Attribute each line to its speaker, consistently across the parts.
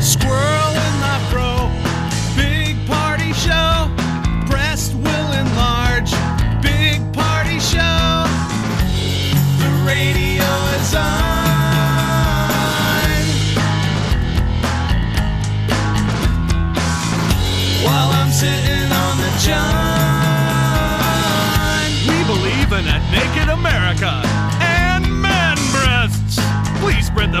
Speaker 1: Squirrel in my fro, big party show. Breast will enlarge, big party show. The radio is on. While I'm sitting on the john. We believe in a naked America and man breasts. Please spread the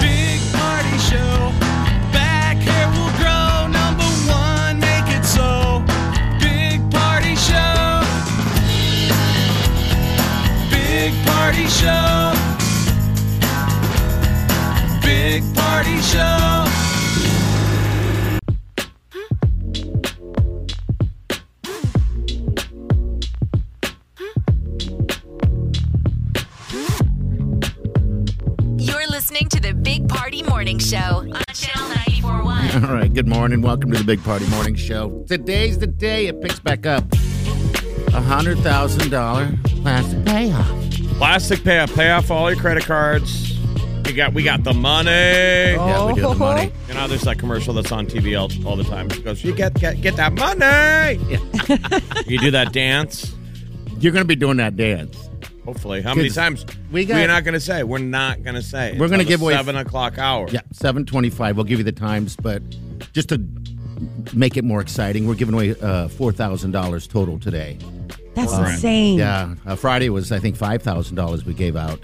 Speaker 1: Big party show. Back hair will grow. Number one, make it so. Big party show. Big party show. Big party show.
Speaker 2: You're listening to the Big Party Morning Show on Channel 941.
Speaker 3: All right, good morning. Welcome to the Big Party Morning Show. Today's the day it picks back up. A hundred thousand dollar plastic payoff.
Speaker 4: Plastic pay off, pay off all your credit cards. You got, we got the money.
Speaker 3: Yeah, we do
Speaker 5: Oh.
Speaker 3: the money.
Speaker 4: You know, there's that commercial that's on TV all, all the time. It goes, you get, get get that money. you do that dance.
Speaker 3: You're gonna be doing that dance.
Speaker 4: Hopefully, how many
Speaker 3: Kids,
Speaker 4: times?
Speaker 3: we got-
Speaker 4: We're not gonna say. We're not gonna say.
Speaker 3: We're gonna
Speaker 4: Until the
Speaker 3: give away-
Speaker 4: seven o'clock hour.
Speaker 3: Yeah, seven twenty-five. We'll give you the times, but just to make it more exciting, we're giving away uh, four thousand dollars total today.
Speaker 5: That's insane.
Speaker 3: Yeah, uh, Friday was I think five thousand dollars we gave out.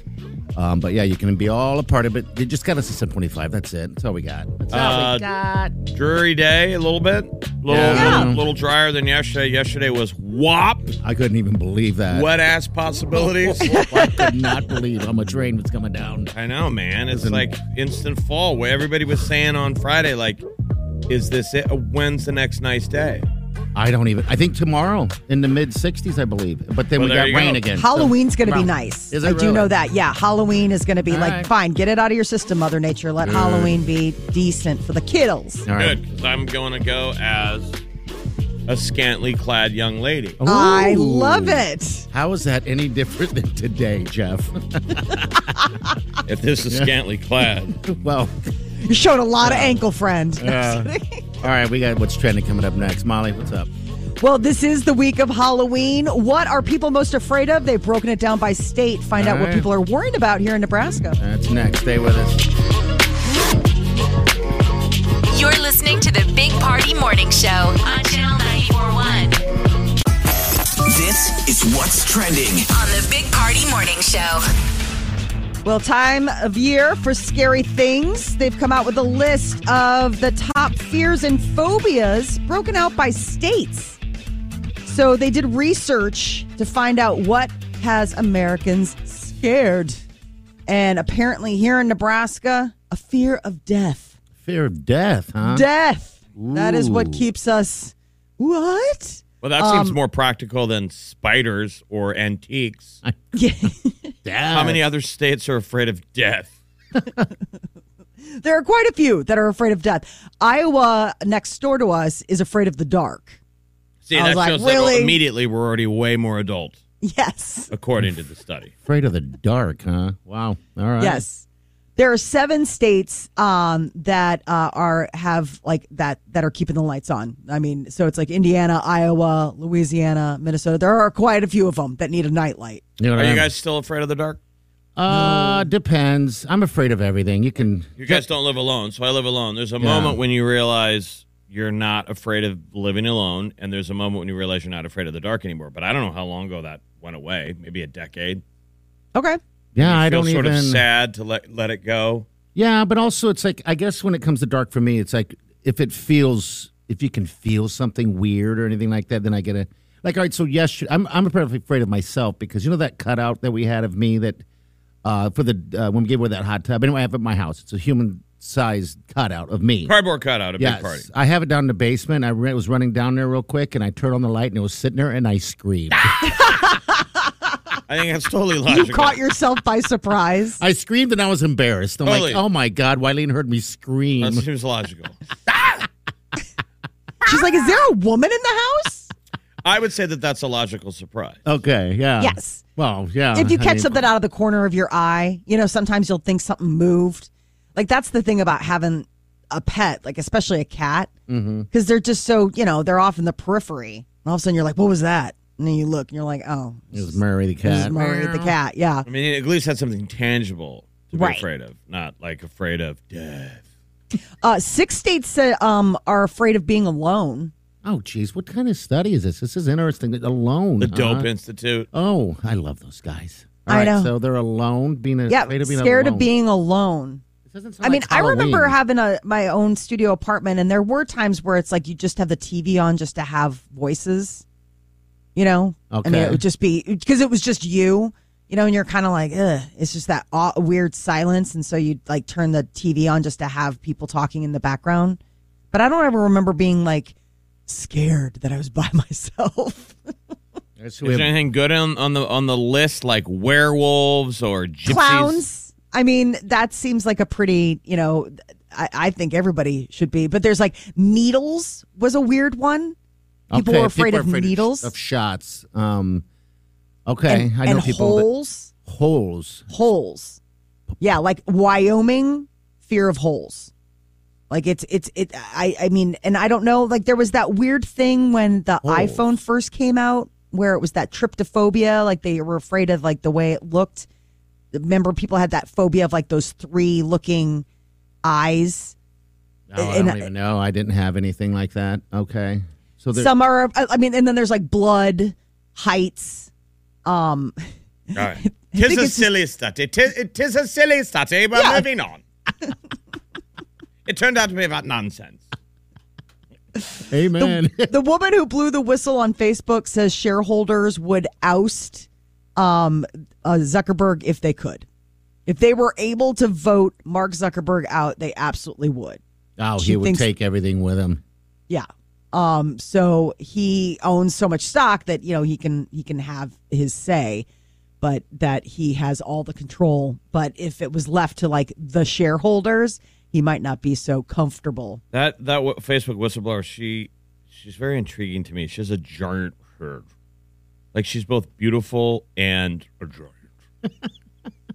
Speaker 3: Um, but yeah, you can be all a part of it. They just got us to seven twenty-five. That's it. That's all Oh, we got. That's all
Speaker 4: Uh, Dreary day a little bit. Little,
Speaker 3: Yeah.
Speaker 4: little little drier than yesterday. Yesterday was wop.
Speaker 3: I couldn't even believe that.
Speaker 4: Wet ass possibilities.
Speaker 3: I could not believe how much rain was coming down.
Speaker 4: I know, man. It's like instant fall where everybody was saying on Friday, like, is this it? When's the next nice day?
Speaker 3: I don't even. I think tomorrow in the mid 60s, I believe. But then
Speaker 4: Well,
Speaker 3: we
Speaker 4: there
Speaker 3: got
Speaker 4: you go.
Speaker 3: rain again.
Speaker 5: Halloween's
Speaker 3: So-
Speaker 5: going to be
Speaker 3: Wow.
Speaker 5: nice.
Speaker 3: Is it
Speaker 5: I do
Speaker 3: really?
Speaker 5: know that. Yeah, Halloween is going to be
Speaker 3: All
Speaker 5: like
Speaker 3: right.
Speaker 5: fine. Get it out of your system, Mother Nature. Let Halloween be decent for the kiddos.
Speaker 3: All right.
Speaker 4: Good, because I'm going to go as a scantily clad young lady.
Speaker 5: I
Speaker 3: Ooh.
Speaker 5: love it.
Speaker 3: How is that any different than today, Jeff?
Speaker 4: If this is scantily clad,
Speaker 3: well,
Speaker 5: You showed a lot of ankle friend.
Speaker 3: all right. We got what's trending coming up next. Molly, what's up?
Speaker 5: Well, this is the week of Halloween. What are people most afraid of? They've broken it down by state. Find out
Speaker 3: All
Speaker 5: what
Speaker 3: right.
Speaker 5: people are worried about here in Nebraska.
Speaker 3: That's next. Stay with us.
Speaker 2: You're listening to the Big Party Morning Show on Channel 941.
Speaker 6: This is what's trending.
Speaker 2: On the Big Party Morning Show.
Speaker 5: Well, time of year for scary things. They've come out with a list of the top fears and phobias broken out by states. So they did research to find out what has Americans scared. And apparently, here in Nebraska, a fear of death.
Speaker 3: Fear of death, huh?
Speaker 5: death. That is
Speaker 3: Ooh.
Speaker 5: what keeps us. What?
Speaker 4: well, that
Speaker 5: Um,
Speaker 4: seems more practical than spiders or antiques.
Speaker 5: Yeah.
Speaker 3: Death.
Speaker 4: How many other states are afraid of death?
Speaker 5: there are quite a few that are afraid of death. Iowa, next door to us, is afraid of the dark.
Speaker 4: See,
Speaker 5: I was
Speaker 4: that
Speaker 5: like,
Speaker 4: shows that
Speaker 5: really?
Speaker 4: immediately we're already way more adult,
Speaker 5: Yes.
Speaker 4: according to the study.
Speaker 3: Afraid of the dark, huh? Wow. All right.
Speaker 5: Yes. There are seven states um, that uh, are have like that that are keeping the lights on. I mean, so it's like Indiana, Iowa, Louisiana, Minnesota. There are quite a few of them that need a nightlight.
Speaker 3: know what
Speaker 4: Are
Speaker 3: I
Speaker 4: you
Speaker 3: mean?
Speaker 4: guys still afraid of the dark?
Speaker 3: Uh, depends. I'm afraid of everything. You can.
Speaker 4: You guys don't live alone, so I live alone. There's a moment when you realize you're not afraid of living alone, and there's a moment when you realize you're not afraid of the dark anymore. But I don't know how long ago that went away. Maybe a decade.
Speaker 5: Okay.
Speaker 3: Yeah,
Speaker 4: You
Speaker 3: I
Speaker 4: feel
Speaker 3: don't
Speaker 4: sort
Speaker 3: even.
Speaker 4: of sad to let let it go.
Speaker 3: Yeah, but also it's like I guess when it comes to dark for me, it's like if it feels if you can feel something weird or anything like that, then I get a Like, all right, so yesterday, I'm I'm apparently afraid of myself because you know that cutout that we had of me that uh, for the uh, when we gave away that hot tub. Anyway, I have it at my house. It's a human sized cutout of me.
Speaker 4: Cardboard cutout, a
Speaker 3: Yes,
Speaker 4: big party.
Speaker 3: I have it down in the basement. I re- was running down there real quick, and I turned on the light, and it was sitting there, and I screamed.
Speaker 4: Ah! I think that's totally
Speaker 5: You
Speaker 4: logical.
Speaker 5: caught yourself by surprise.
Speaker 3: I screamed, and I was embarrassed. I'm
Speaker 4: Totally.
Speaker 3: like, oh my god, Wileen heard me scream.
Speaker 4: That seems logical.
Speaker 5: She's like, "Is there a woman in the house?"
Speaker 4: I would say that that's a logical surprise.
Speaker 3: Okay, yeah.
Speaker 5: Yes.
Speaker 3: Well, yeah.
Speaker 5: if you
Speaker 3: Uh, I
Speaker 5: catch
Speaker 3: mean,
Speaker 5: something out of the corner of your eye, you know, sometimes you'll think something moved. Like that's the thing about having a pet, like especially a cat, because
Speaker 3: Mm-hmm.
Speaker 5: they're just so you know they're off in the periphery. And all of a sudden you're like, "What was that?" And then you look and you're like, "Oh,
Speaker 3: it was Murray the
Speaker 5: this is
Speaker 3: cat.
Speaker 5: Murray the cat." Yeah,
Speaker 4: I mean, at least had something tangible to be
Speaker 5: Right.
Speaker 4: afraid of, not like afraid of death.
Speaker 5: uh, six states that um, are afraid of being alone.
Speaker 3: Oh, geez, what kind of study is this? This is interesting. That Alone,
Speaker 4: The
Speaker 3: huh?
Speaker 4: Dope Institute.
Speaker 3: Oh, I love those guys. All
Speaker 5: I
Speaker 3: right,
Speaker 5: know.
Speaker 3: So they're alone, being
Speaker 5: Yeah,
Speaker 3: afraid of being
Speaker 5: scared
Speaker 3: alone.
Speaker 5: of being alone.
Speaker 3: This doesn't sound
Speaker 5: I mean,
Speaker 3: like
Speaker 5: I remember
Speaker 3: Halloween.
Speaker 5: having a my own studio apartment, and there were times where it's like you just have the TV on just to have voices, you know. I mean,
Speaker 3: Okay.
Speaker 5: it would just be because it was just you, you know, and you're kind of like, Ugh, it's just that aw- weird silence, and so you'd like turn the TV on just to have people talking in the background. But I don't ever remember being like scared that I was by myself.
Speaker 3: That's who we
Speaker 4: Is there
Speaker 3: have-
Speaker 4: anything good on, on the on the list, like werewolves or gypsies?
Speaker 5: clowns. I mean, that seems like a pretty, you know, I, I think everybody should be. But there's like needles was a weird one. People
Speaker 3: Okay,
Speaker 5: were afraid
Speaker 3: are
Speaker 5: of needles
Speaker 3: of shots. Um, okay,
Speaker 5: and,
Speaker 3: I know
Speaker 5: and
Speaker 3: people that-
Speaker 5: holes.
Speaker 3: holes.
Speaker 5: Holes. Yeah, like Wyoming, fear of holes. Like it's it's it. I I mean, and I don't know. Like there was that weird thing when the
Speaker 3: Holes.
Speaker 5: iPhone first came out, where it was that tryptophobia. Like they were afraid of like the way it looked. Remember, people had that phobia of like those three looking eyes.
Speaker 3: Oh, I
Speaker 5: and-
Speaker 3: don't even know. I didn't have anything like that. Okay, so there-
Speaker 5: Some are, I I mean, and then there's like blood, heights. Um,
Speaker 4: All right. Tis
Speaker 5: think
Speaker 4: a
Speaker 5: it's-
Speaker 4: silly study. Tis, it is a silly study, but
Speaker 5: Yeah.
Speaker 4: moving on. it turned out to be about nonsense.
Speaker 3: amen.
Speaker 5: the woman who blew the whistle on Facebook says shareholders would oust um, uh, Zuckerberg if they could. If they were able to vote Mark Zuckerberg out, they absolutely would.
Speaker 3: oh,
Speaker 5: she
Speaker 3: he would
Speaker 5: thinks-
Speaker 3: take everything with him.
Speaker 5: Yeah. Um, so he owns so much stock that you know he can he can have his say, but that he has all the control. But if it was left to like the shareholders, he might not be so comfortable.
Speaker 4: That that w- Facebook whistleblower, she she's very intriguing to me. She has a giant head. Like she's both beautiful and a giant.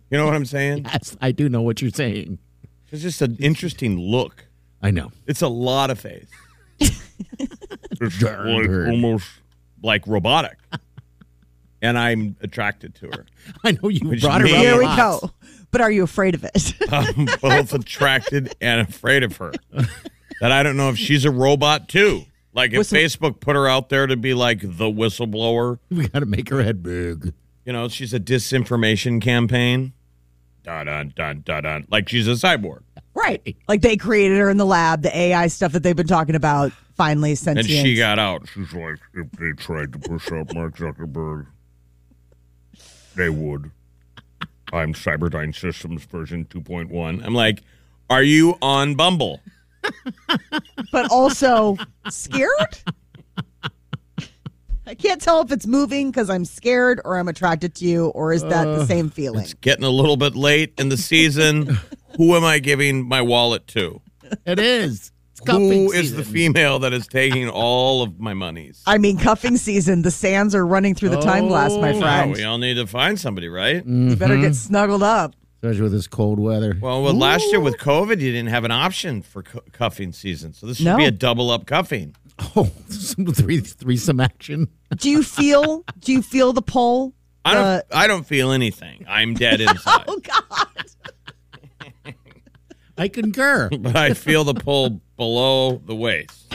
Speaker 4: you know what I'm saying?
Speaker 3: Yes, I do know what you're saying.
Speaker 4: It's just an interesting look.
Speaker 3: I know.
Speaker 4: It's a lot of face. it's
Speaker 3: Giant
Speaker 4: like
Speaker 3: head.
Speaker 4: almost like robotic. And I'm attracted to her.
Speaker 3: I know you
Speaker 4: Which
Speaker 3: brought her
Speaker 4: means-
Speaker 3: up.
Speaker 5: Here
Speaker 3: a
Speaker 5: we
Speaker 3: lot.
Speaker 5: go. But are you afraid of it?
Speaker 4: I'm both attracted and afraid of her. That I don't know if she's a robot too. Like if
Speaker 5: Whistle-
Speaker 4: Facebook put her out there to be like the whistleblower,
Speaker 3: We got to make her head big.
Speaker 4: you know, she's a disinformation campaign. Dun dun dun dun dun. Like she's a cyborg.
Speaker 5: right. Like they created her in the lab, the AI stuff that they've been talking about finally
Speaker 4: And
Speaker 5: sentient.
Speaker 4: she got out.
Speaker 1: She's like, if they tried to push out Mark Zuckerberg, they would.
Speaker 4: I'm Cyberdyne Systems version 2.1. I'm like, are you on Bumble?
Speaker 5: but also scared? I can't tell if it's moving because I'm scared or I'm attracted to you, or is that the same feeling?
Speaker 4: It's getting a little bit late in the season. Who am I giving my wallet to?
Speaker 3: It is. It's cuffing
Speaker 4: Who is the
Speaker 3: season.
Speaker 4: female that is taking all of my monies?
Speaker 5: I mean, cuffing season, the sands are running through the time glass, my
Speaker 3: Oh,
Speaker 4: Wow,
Speaker 5: friend.
Speaker 4: we all need to find somebody, right?
Speaker 3: Mm.
Speaker 5: You better get snuggled up.
Speaker 3: Especially with this cold weather.
Speaker 4: Well, well last year with COVID, you didn't have an option for cu- cuffing season. So this should
Speaker 5: No.
Speaker 4: be a double up cuffing.
Speaker 3: Oh, some three threesome action.
Speaker 5: Do you feel? do you feel the pull?
Speaker 4: I don't,
Speaker 5: Uh,
Speaker 4: I don't feel anything. I'm dead inside.
Speaker 5: Oh God!
Speaker 3: I concur.
Speaker 4: But I feel the pull below the waist.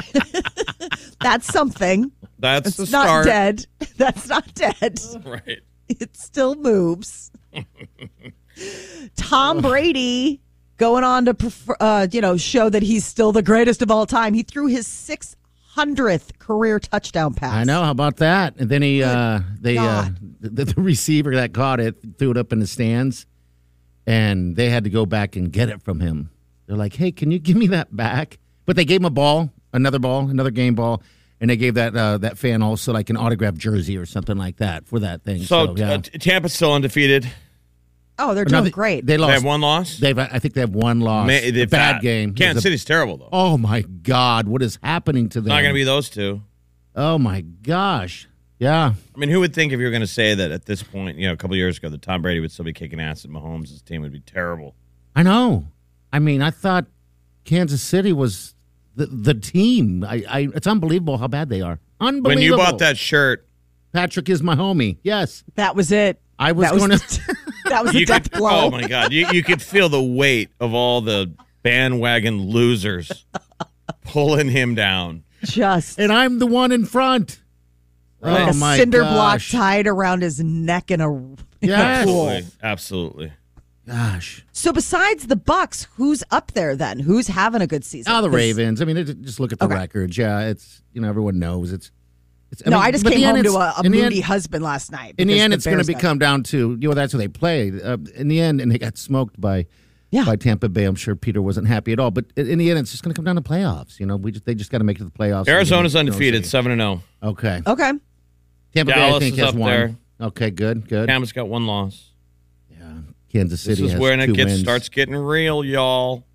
Speaker 5: That's something.
Speaker 4: That's the
Speaker 5: It's not
Speaker 4: start.
Speaker 5: dead. That's not dead.
Speaker 4: Right.
Speaker 5: It still moves. Tom Brady going on to perf- uh, you know show that he's still the greatest of all time. He threw his 600th hundredth career touchdown pass.
Speaker 3: I know. How about that? And then he, uh, they, uh, the, the receiver that caught it threw it up in the stands, and they had to go back and get it from him. They're like, "Hey, can you give me that back?" But they gave him a ball, another ball, another game ball, and they gave that uh, that fan also like an autographed jersey or something like that for that thing.
Speaker 4: So,
Speaker 3: So,
Speaker 4: uh,
Speaker 3: yeah,
Speaker 4: T- Tampa's still undefeated.
Speaker 5: Oh, they're
Speaker 3: Or no,
Speaker 5: doing
Speaker 3: they-
Speaker 5: great.
Speaker 3: They
Speaker 4: They
Speaker 3: lost.
Speaker 4: have one loss.
Speaker 3: They've, I think they have one loss.
Speaker 4: Ma-
Speaker 3: A
Speaker 4: they've
Speaker 3: bad
Speaker 4: got-
Speaker 3: game. It
Speaker 4: Kansas
Speaker 3: was a-
Speaker 4: City's terrible though.
Speaker 3: Oh my God! What is happening to them?
Speaker 4: It's not going to be those two.
Speaker 3: Oh my gosh! Yeah.
Speaker 4: I mean, who would think if you were going to say that at this point, you know, a couple years ago, that Tom Brady would still be kicking ass at Mahomes' team would be terrible.
Speaker 3: I know. I mean, I thought Kansas City was the the team. I, I it's unbelievable how bad they are. Unbelievable.
Speaker 4: When you bought that shirt,
Speaker 3: Patrick is my homie. Yes,
Speaker 5: that was it.
Speaker 3: I was
Speaker 5: that was
Speaker 3: going to.
Speaker 5: the, that was the
Speaker 4: you
Speaker 5: death
Speaker 4: could,
Speaker 5: blow.
Speaker 4: oh my god, you, you could feel the weight of all the bandwagon losers pulling him down.
Speaker 5: Just
Speaker 3: And I'm the one in front.
Speaker 5: like
Speaker 3: Oh
Speaker 5: a
Speaker 3: my
Speaker 5: cinder
Speaker 3: gosh.
Speaker 5: block tied around his neck in a, in a
Speaker 3: Yes.
Speaker 5: pool.
Speaker 4: Absolutely, absolutely.
Speaker 3: Gosh.
Speaker 5: So besides the Bucks, who's up there then? Who's having a good season?
Speaker 3: Oh, the
Speaker 5: 'Cause-
Speaker 3: Ravens. I mean, it, just look at the
Speaker 5: Okay.
Speaker 3: records. Yeah, it's you know everyone knows it's. it's
Speaker 5: No,
Speaker 3: mean,
Speaker 5: I just
Speaker 3: but
Speaker 5: came
Speaker 3: the end,
Speaker 5: home to a,
Speaker 3: it's-
Speaker 5: a
Speaker 3: in the
Speaker 5: moody
Speaker 3: end-
Speaker 5: husband last night.
Speaker 3: in the
Speaker 5: because
Speaker 3: end, it's going to
Speaker 5: Bears got-
Speaker 3: become down to you know that's what they play uh, in the end, and they got smoked by
Speaker 5: Yeah.
Speaker 3: by Tampa Bay. I'm sure Peter wasn't happy at all, but in in the end, it's just going to come down to playoffs. You know, we just they just got to make it to the playoffs. You
Speaker 4: Arizona's
Speaker 3: know what I'm
Speaker 4: undefeated,
Speaker 3: saying?
Speaker 4: seven and oh. zero.
Speaker 3: Okay,
Speaker 5: okay.
Speaker 3: Tampa Bay I
Speaker 4: Dallas
Speaker 3: think
Speaker 4: is
Speaker 3: has
Speaker 4: up
Speaker 3: one.
Speaker 4: there.
Speaker 3: Okay, good, good.
Speaker 4: Tampa's got one loss.
Speaker 3: yeah, Kansas City.
Speaker 4: This is
Speaker 3: has
Speaker 4: when it
Speaker 3: two
Speaker 4: gets
Speaker 3: wins.
Speaker 4: starts getting real, y'all.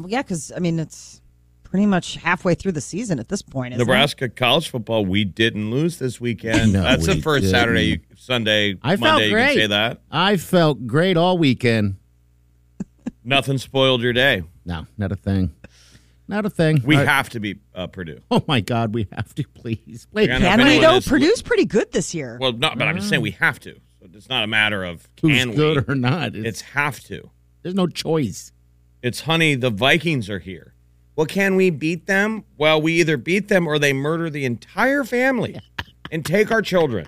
Speaker 5: Well, yeah, because I mean it's pretty much halfway through the season at this point. Isn't it?
Speaker 4: Nebraska college football, we didn't lose this weekend.
Speaker 3: No,
Speaker 4: That's the
Speaker 3: we
Speaker 4: 1st Saturday, you, Sunday,
Speaker 3: I felt
Speaker 4: Monday. You
Speaker 3: great.
Speaker 4: can say that.
Speaker 3: I felt great all weekend.
Speaker 4: Nothing spoiled your day.
Speaker 3: No, not a thing. Not a thing.
Speaker 4: We
Speaker 3: All right.
Speaker 4: have to beat uh, Purdue.
Speaker 3: Oh my God, we have to please. Wait,
Speaker 4: Yeah, I don't know if
Speaker 5: Can we
Speaker 4: anyone
Speaker 5: though?
Speaker 4: is-
Speaker 5: Purdue's pretty good this year.
Speaker 4: Well, not, but I'm just saying we have to. So it's not a matter of
Speaker 3: who's
Speaker 4: can we.
Speaker 3: good or not? It's,
Speaker 4: It's have to.
Speaker 3: there's no choice.
Speaker 4: It's honey, the Vikings are here. Well, can we beat them? Well, we either beat them or they murder the entire family and take our children.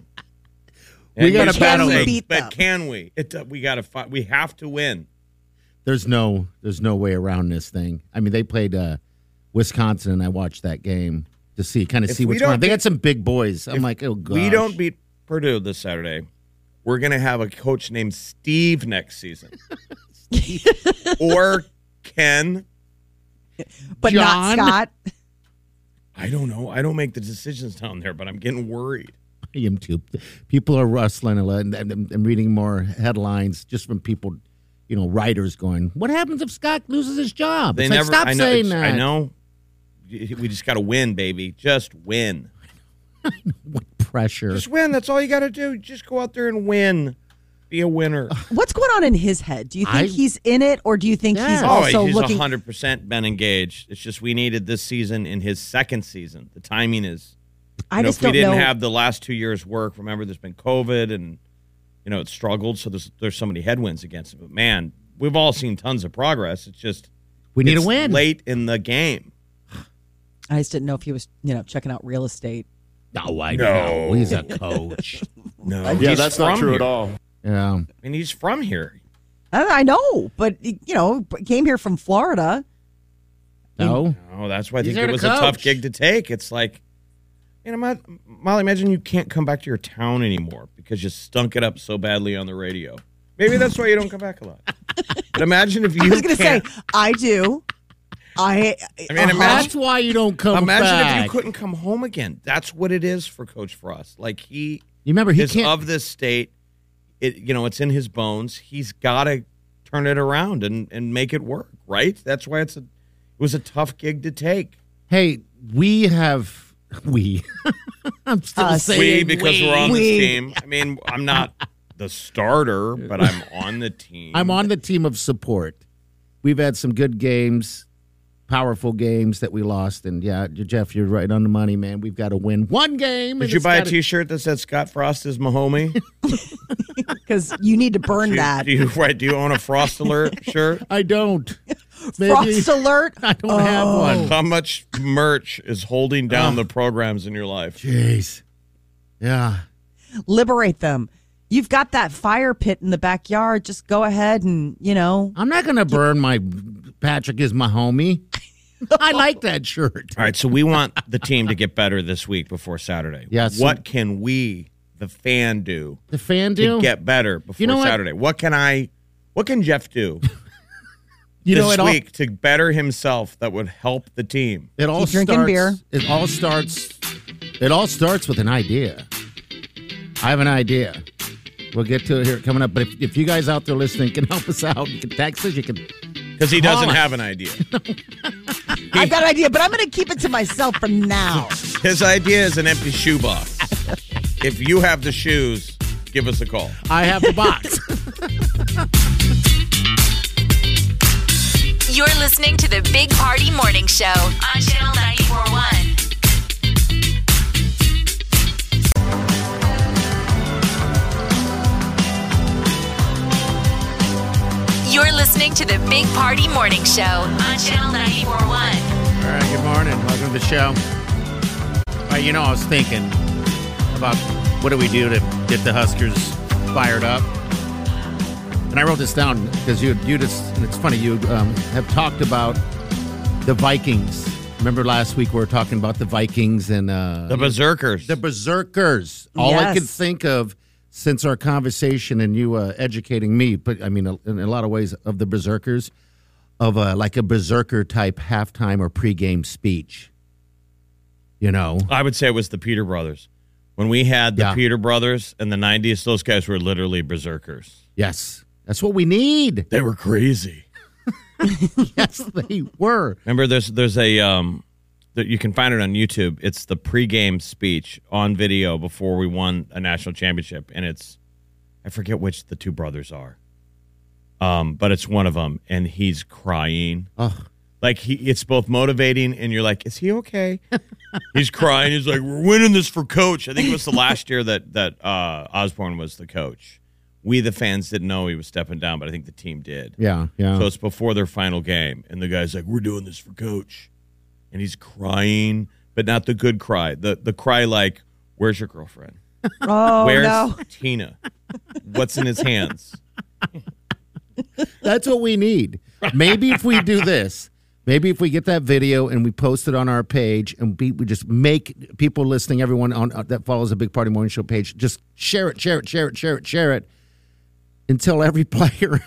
Speaker 3: We
Speaker 4: And
Speaker 3: gotta
Speaker 4: it's
Speaker 3: battle
Speaker 4: like,
Speaker 3: them.
Speaker 5: Beat
Speaker 4: but
Speaker 5: them.
Speaker 4: can we? It, uh, we got to fight. We have to win.
Speaker 3: there's no there's no way around this thing. I mean, they played uh, Wisconsin, and I watched that game to see kind of
Speaker 4: If
Speaker 3: see
Speaker 4: we
Speaker 3: what's
Speaker 4: don't
Speaker 3: going on. They
Speaker 4: get-
Speaker 3: got some big boys. I'm like, oh god,
Speaker 4: We don't beat Purdue this Saturday. We're gonna have a coach named Steve next season, or Ken.
Speaker 5: but
Speaker 3: John?
Speaker 5: not Scott.
Speaker 4: I don't know. I don't make the decisions down there, but I'm getting worried.
Speaker 3: I am too. People are rustling a lot, and and- and reading more headlines just from people, you know, writers going, "What happens if Scott loses his job?"
Speaker 4: They
Speaker 3: it's
Speaker 4: never.
Speaker 3: like, stop
Speaker 4: I know,
Speaker 3: saying
Speaker 4: it's-
Speaker 3: that.
Speaker 4: I know. We just got to win, baby. Just win.
Speaker 3: what pressure.
Speaker 4: Just win. That's all you got to do. Just go out there and win. Be a winner.
Speaker 5: What's going on in his head? Do you think
Speaker 3: I-
Speaker 5: he's in it, or do you think he's
Speaker 3: Yeah.
Speaker 4: Oh,
Speaker 5: also
Speaker 4: he's
Speaker 5: looking?
Speaker 4: 100% been engaged. It's just we needed this season in his second season. The timing is.
Speaker 5: I
Speaker 4: You know,
Speaker 5: just
Speaker 4: if we
Speaker 5: don't
Speaker 4: didn't
Speaker 5: know.
Speaker 4: have the last two years' work, remember there's been COVID and you know it struggled, so there's there's so many headwinds against it. But man, we've all seen tons of progress. It's just
Speaker 3: we need
Speaker 4: it's
Speaker 3: a win.
Speaker 4: late in the game.
Speaker 5: I just didn't know if he was, you know, checking out real estate.
Speaker 3: No, I know. He's a coach.
Speaker 4: No,
Speaker 7: Yeah, that's not true at all.
Speaker 3: yeah.
Speaker 4: And he's from here.
Speaker 5: I, Uh, I know, but you know, came here from Florida.
Speaker 3: No.
Speaker 4: Oh, that's why I
Speaker 3: He's
Speaker 4: think
Speaker 3: here
Speaker 4: it
Speaker 3: to
Speaker 4: was a tough
Speaker 3: coach.
Speaker 4: gig to take. It's like, you know, Mo- Molly, imagine you can't come back to your town anymore because you stunk it up so badly on the radio. Maybe that's why you don't come back a lot. But imagine if you
Speaker 5: I was going to say,
Speaker 4: can't.
Speaker 5: I do. I. uh,
Speaker 4: I mean,
Speaker 3: That's why you don't come
Speaker 4: Imagine if
Speaker 3: back.
Speaker 4: you couldn't come home again. That's what it is for Coach Frost. Like he
Speaker 3: You remember he
Speaker 4: is
Speaker 3: can't.
Speaker 4: of this state. It you know it's in his bones. He's got to turn it around and and make it work. Right. That's why it's a it was a tough gig to take.
Speaker 3: hey, we have we. I'm still
Speaker 5: Us.
Speaker 3: saying
Speaker 4: we because we're on
Speaker 5: We.
Speaker 4: this team. I mean, I'm not the starter, but I'm on the team.
Speaker 3: I'm on the team of support. We've had some good games, powerful games that we lost, and yeah, Jeff, you're right on the money, man. We've got to win one game.
Speaker 4: Did
Speaker 3: and
Speaker 4: you
Speaker 3: it's
Speaker 4: buy a
Speaker 3: gotta-
Speaker 4: T-shirt that said Scott Frost is Mahomie?
Speaker 5: because you need to burn
Speaker 4: Do you,
Speaker 5: that.
Speaker 4: do you right? Do you own a Frost Alert shirt?
Speaker 3: I don't. Maybe
Speaker 5: Frost alert.
Speaker 3: I don't have
Speaker 5: Oh.
Speaker 3: one.
Speaker 4: How much merch is holding down the programs in your life?
Speaker 3: Jeez. Yeah.
Speaker 5: Liberate them. You've got that fire pit in the backyard. Just go ahead and you know.
Speaker 3: I'm not gonna burn my Patrick is my homie. I like that shirt.
Speaker 4: All right, so we want the team to get better this week before Saturday.
Speaker 3: Yes.
Speaker 4: What can we, the fan, do
Speaker 3: The fan
Speaker 4: to
Speaker 3: do.
Speaker 4: get better before
Speaker 3: You know what?
Speaker 4: Saturday? What? can I, what can Jeff do
Speaker 3: you know,
Speaker 4: this
Speaker 3: it all,
Speaker 4: week to better himself that would help the team?
Speaker 3: It all
Speaker 5: Keep drinking
Speaker 3: starts,
Speaker 5: beer.
Speaker 3: It all starts. It all starts with an idea. I have an idea. We'll get to it here coming up. But if, if you guys out there listening can help us out, you can text us. You can.
Speaker 4: Because he doesn't
Speaker 3: Colin.
Speaker 4: have an idea.
Speaker 5: I've got an idea, but I'm going to keep it to myself for now.
Speaker 4: His idea is an empty shoebox. if you have the shoes, give us a call.
Speaker 3: I have the box.
Speaker 2: You're listening to the Big Party Morning Show on Channel 941. You're listening to the Big Party Morning Show on Channel 941.
Speaker 3: all right. Good morning. Welcome to the show. All right. You know, I was thinking about what do we do to get the Huskers fired up. And I wrote this down because you you just and it's funny you um, have talked about the Vikings. Remember last week we were talking about the Vikings and uh,
Speaker 4: The Berserkers.
Speaker 3: The Berserkers. All I could
Speaker 5: Yes.
Speaker 3: think of since our conversation and you uh, educating me, but I mean, a- in a lot of ways, of the Berserkers, of uh like a Berserker type halftime or pregame speech. You know?
Speaker 4: I would say it was the Peter Brothers. When we had the
Speaker 3: Yeah.
Speaker 4: Peter Brothers in the 90s, those guys were literally Berserkers.
Speaker 3: Yes. That's what we need.
Speaker 4: They were crazy.
Speaker 3: Yes, they were.
Speaker 4: Remember, there's there's a um, that you can find it on YouTube. It's the pregame speech on video before we won a national championship, and it's I forget which the two brothers are, um, but it's one of them, and he's crying.
Speaker 3: Oh,
Speaker 4: Like he, it's both motivating, and you're like, is he okay? he's crying. He's like, we're winning this for coach. I think it was the last year that that uh, Osborne was the coach. We the fans didn't know he was stepping down, but I think the team did.
Speaker 3: yeah, yeah.
Speaker 4: So it's before their final game, and the guy's like, "We're doing this for coach," and he's crying, but not the good cry. The the cry like, "Where's your girlfriend?
Speaker 5: Oh,
Speaker 4: Where's
Speaker 5: no.
Speaker 4: Tina? What's in his hands?"
Speaker 3: That's what we need. Maybe if we do this, maybe if we get that video and we post it on our page and we, we just make people listening, everyone on uh, that follows the Big Party Morning Show page, just share it, share it, share it, share it, share it until every player.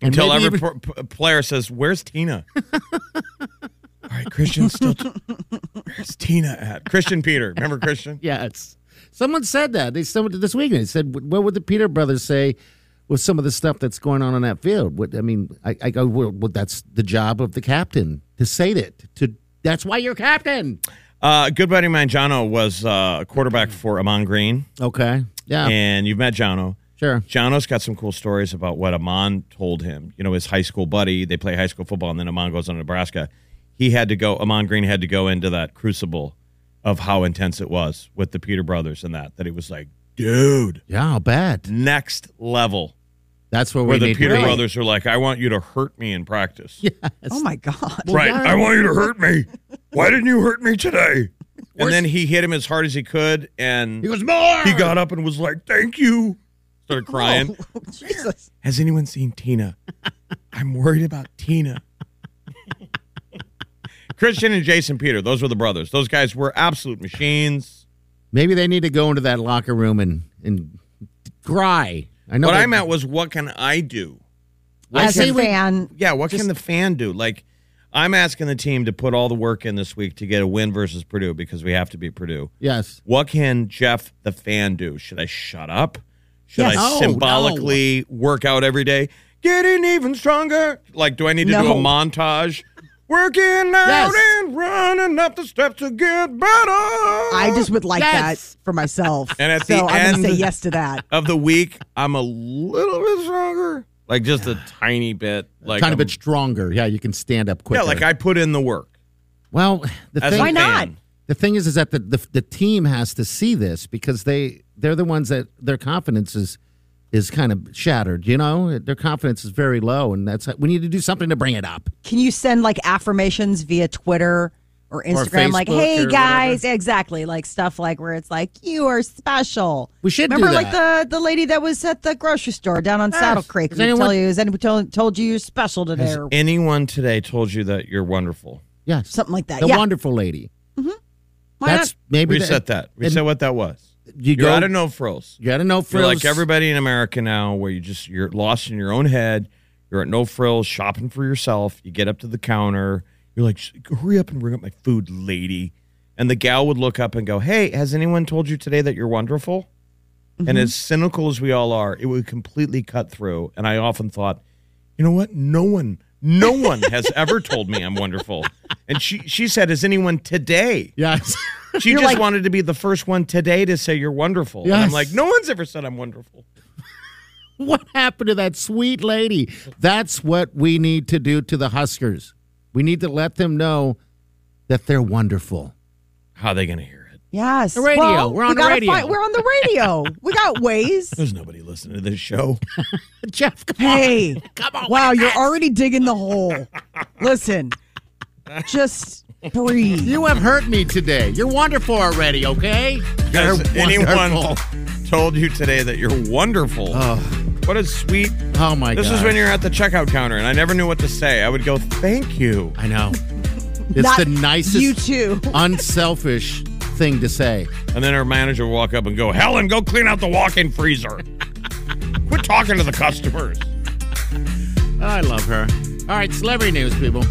Speaker 3: and
Speaker 4: Until
Speaker 3: maybe
Speaker 4: every
Speaker 3: even-
Speaker 4: pr- p- player says, "Where's Tina?" All right, Christian's still. T- Where's Tina at? Christian Peter, remember Christian?
Speaker 3: Yes. Someone said that. They someone this weekend. They said, "What would the Peter brothers say with some of the stuff that's going on in that field?" What, I mean, I, I go, well, well, that's the job of the captain to say that. To that's why you're captain.
Speaker 4: Uh, a good buddy of mine, Jono, was uh, a quarterback for Amon Green,
Speaker 3: Okay.
Speaker 5: Oh.
Speaker 3: Yeah.
Speaker 4: and you've met Jono.
Speaker 3: sure.
Speaker 4: Jono's got some cool stories about what Amon told him. You know, his high school buddy, they play high school football, and then Amon goes on to Nebraska. He had to go, Amon Green had to go into that crucible of how intense it was with the Peter brothers and that, that he was like, dude,
Speaker 3: Yeah, I'll bet.
Speaker 4: next level.
Speaker 3: That's where,
Speaker 4: Where
Speaker 3: we
Speaker 4: the
Speaker 3: need
Speaker 4: Peter
Speaker 3: to be.
Speaker 4: brothers are like, I want you to hurt me in practice.
Speaker 5: Oh, my God.
Speaker 3: Well,
Speaker 4: right.
Speaker 3: yeah.
Speaker 4: I want you to hurt me. Why didn't you hurt me today? And then he hit him as hard as he could, and
Speaker 3: He goes more.
Speaker 4: he got up and was like, thank you. Started crying.
Speaker 5: Oh, Jesus.
Speaker 4: Has anyone seen Tina? I'm worried about Tina. Christian and Jason Peter, those were the brothers. Those guys were absolute machines.
Speaker 3: Maybe they need to go into that locker room and and cry. I know.
Speaker 4: what
Speaker 3: they-
Speaker 4: I meant was, what can I do? What
Speaker 5: As
Speaker 4: can-
Speaker 5: a
Speaker 3: we-
Speaker 5: fan,
Speaker 4: yeah, what can the fan do? Like, I'm asking the team to put all the work in this week to get a win versus Purdue because we have to beat Purdue.
Speaker 3: Yes.
Speaker 4: What can Jeff the fan do? Should I shut up? Should
Speaker 3: Yes.
Speaker 4: I
Speaker 5: Oh,
Speaker 3: No,
Speaker 4: symbolically work out every day? Getting even stronger. Like, do I need to do
Speaker 5: No.
Speaker 4: a montage? Working out
Speaker 3: Yes.
Speaker 4: and running up the steps to get better. I
Speaker 5: I just would like
Speaker 3: Yes.
Speaker 5: that for myself.
Speaker 4: And at
Speaker 5: so
Speaker 4: the
Speaker 5: I'm
Speaker 4: end-
Speaker 5: gonna say yes to that.
Speaker 4: of the week, I'm a little bit stronger. Like just a tiny bit. Like
Speaker 3: kind of
Speaker 4: I'm-
Speaker 3: bit stronger. Yeah, you can stand up
Speaker 4: Yeah,
Speaker 3: quicker.
Speaker 4: like I put in the work.
Speaker 3: Well, the
Speaker 4: As a
Speaker 3: thing.
Speaker 5: Why not?
Speaker 4: fan.
Speaker 3: the thing is is that the, the the team has to see this because they they're the ones that their confidence is is kind of shattered you know their confidence is very low and that's we need to do something to bring it up
Speaker 5: Can you send like affirmations via Twitter or Instagram? like,
Speaker 3: Facebook
Speaker 5: hey
Speaker 3: or
Speaker 5: guys, exactly. Like stuff like where it's like you are special.
Speaker 3: We should do
Speaker 5: remember
Speaker 3: that.
Speaker 5: like the the lady that was at the grocery store down on Saddle Creek.
Speaker 3: Does
Speaker 5: who
Speaker 3: anyone-
Speaker 5: tell you, has anyone told, told you you're special today? Or,
Speaker 4: Anyone today told you that you're wonderful?
Speaker 3: Yes.
Speaker 5: Something like that.
Speaker 3: The
Speaker 5: yeah.
Speaker 3: wonderful lady.
Speaker 5: Why
Speaker 3: That's maybe the-
Speaker 4: Reset that. Reset
Speaker 3: and
Speaker 4: what that was.
Speaker 3: You
Speaker 4: You're
Speaker 3: go-
Speaker 4: out of no frills.
Speaker 3: You gotta know
Speaker 4: You're
Speaker 3: frills.
Speaker 4: like everybody in America now, where you just you're lost in your own head. You're at no frills, shopping for yourself. You get up to the counter. You're like, "Sh- hurry up and bring up my food, lady. And the gal would look up and go, Hey, has anyone told you today that you're wonderful? And as cynical as we all are, it would completely cut through. And I often thought, you know what? No one, no one has ever told me I'm wonderful. And she she said, Has anyone today?
Speaker 3: Yes.
Speaker 4: She just wanted to be the first one today to say you're wonderful. And I'm
Speaker 3: Yes.
Speaker 4: like, no one's ever said I'm wonderful.
Speaker 3: what happened to that sweet lady? That's what we need to do to the Huskers. We need to let them know that they're wonderful.
Speaker 4: How are they going to hear it?
Speaker 5: Yes.
Speaker 3: The radio.
Speaker 5: Well,
Speaker 3: We're on
Speaker 5: we
Speaker 3: the
Speaker 5: gotta
Speaker 3: radio.
Speaker 5: Find, we're on the radio. we got ways.
Speaker 4: There's nobody listening to this show.
Speaker 3: Jeff, come on.
Speaker 5: Hey.
Speaker 3: Come on.
Speaker 5: Wow, you're already digging the hole. Listen, just breathe.
Speaker 3: You have hurt me today. You're wonderful already, okay? You're
Speaker 4: Has anyone
Speaker 3: wonderful.
Speaker 4: told you today that you're wonderful? What a sweet.
Speaker 3: Oh my god.
Speaker 4: This is when you're at the checkout counter, and I never knew what to say. I would go, thank you.
Speaker 3: I know. It's
Speaker 5: Not
Speaker 3: the nicest
Speaker 5: You too.
Speaker 3: unselfish thing to say.
Speaker 4: And then our manager would walk up and go, Helen, go clean out the walk in freezer. Quit talking to the customers.
Speaker 3: I love her. All right, celebrity news, people.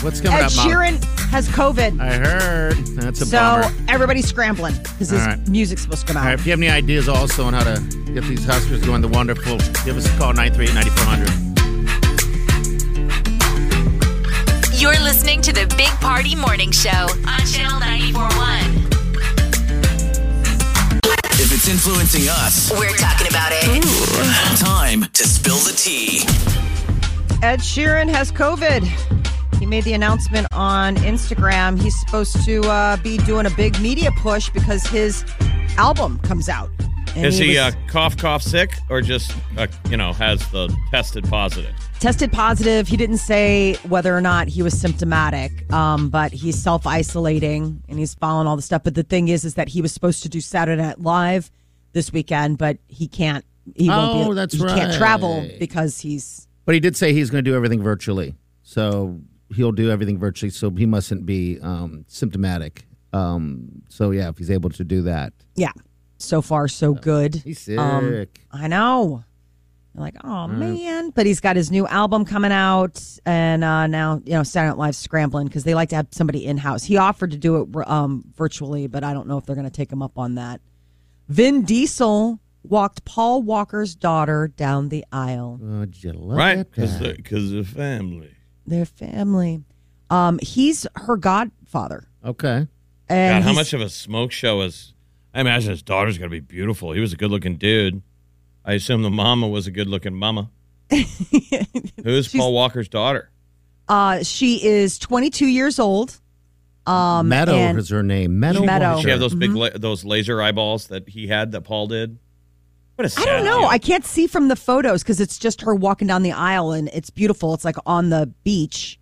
Speaker 3: What's coming
Speaker 5: Ed
Speaker 3: up, Molly?
Speaker 5: Sheeran has COVID.
Speaker 3: I heard. That's a
Speaker 5: so
Speaker 3: bummer.
Speaker 5: everybody's scrambling because
Speaker 3: All
Speaker 5: his
Speaker 3: right.
Speaker 5: music's supposed to come
Speaker 3: All right,
Speaker 5: out.
Speaker 3: if you have any ideas also on how to get these Huskers going, the wonderful, give us a call 938 9400.
Speaker 2: You're listening to the Big Party Morning Show on Channel 941.
Speaker 6: If it's influencing us,
Speaker 2: We're talking about it.
Speaker 6: time to spill the tea.
Speaker 5: Ed Sheeran has COVID. He made the announcement on Instagram. He's supposed to uh, be doing a big media push because his album comes out. And
Speaker 4: Is he
Speaker 5: was
Speaker 4: uh, cough, cough, sick, or just, uh, you know, has the tested positive?
Speaker 5: tested positive. He didn't say whether or not he was symptomatic, um, but he's self isolating and he's following all the stuff. But the thing is, is that he was supposed to do Saturday Night Live this weekend, but he can't. He won't
Speaker 3: Oh,
Speaker 5: be,
Speaker 3: that's
Speaker 5: he can't travel
Speaker 3: right.
Speaker 5: because he's
Speaker 3: But he did say he's going to do everything virtually. So he'll do everything virtually, so he mustn't be um, symptomatic. Um, so, yeah, if he's able to do that.
Speaker 5: yeah. So far, so good.
Speaker 3: He's sick.
Speaker 5: I know. You're like, oh man, but he's got his new album coming out, and uh, now you know Saturday Night Live scrambling because they like to have somebody in house. He offered to do it um, virtually, but I don't know if they're going to take him up on that. Vin Diesel walked Paul Walker's daughter down the aisle.
Speaker 3: Would you look
Speaker 4: Right?
Speaker 3: at that?
Speaker 4: Because the family.
Speaker 5: Their family. Um, he's her godfather.
Speaker 3: Okay.
Speaker 5: And
Speaker 4: God, how
Speaker 5: he's-
Speaker 4: much of a smoke show is? I imagine his daughter's got to be beautiful. He was a good-looking dude. I assume the mama was a good-looking mama. Who's Paul Walker's daughter?
Speaker 5: Uh, she is 22 years old. Um,
Speaker 3: Meadow
Speaker 5: and-
Speaker 3: is her name. Meadow.
Speaker 5: Meadow.
Speaker 4: Does she
Speaker 3: Walker.
Speaker 4: have those big,
Speaker 5: Mm-hmm.
Speaker 4: la- those laser eyeballs that he had that Paul did? What a
Speaker 5: I
Speaker 4: sad
Speaker 5: don't know.
Speaker 4: deal.
Speaker 5: I can't see from the photos because it's just her walking down the aisle and it's beautiful. It's like on the beach.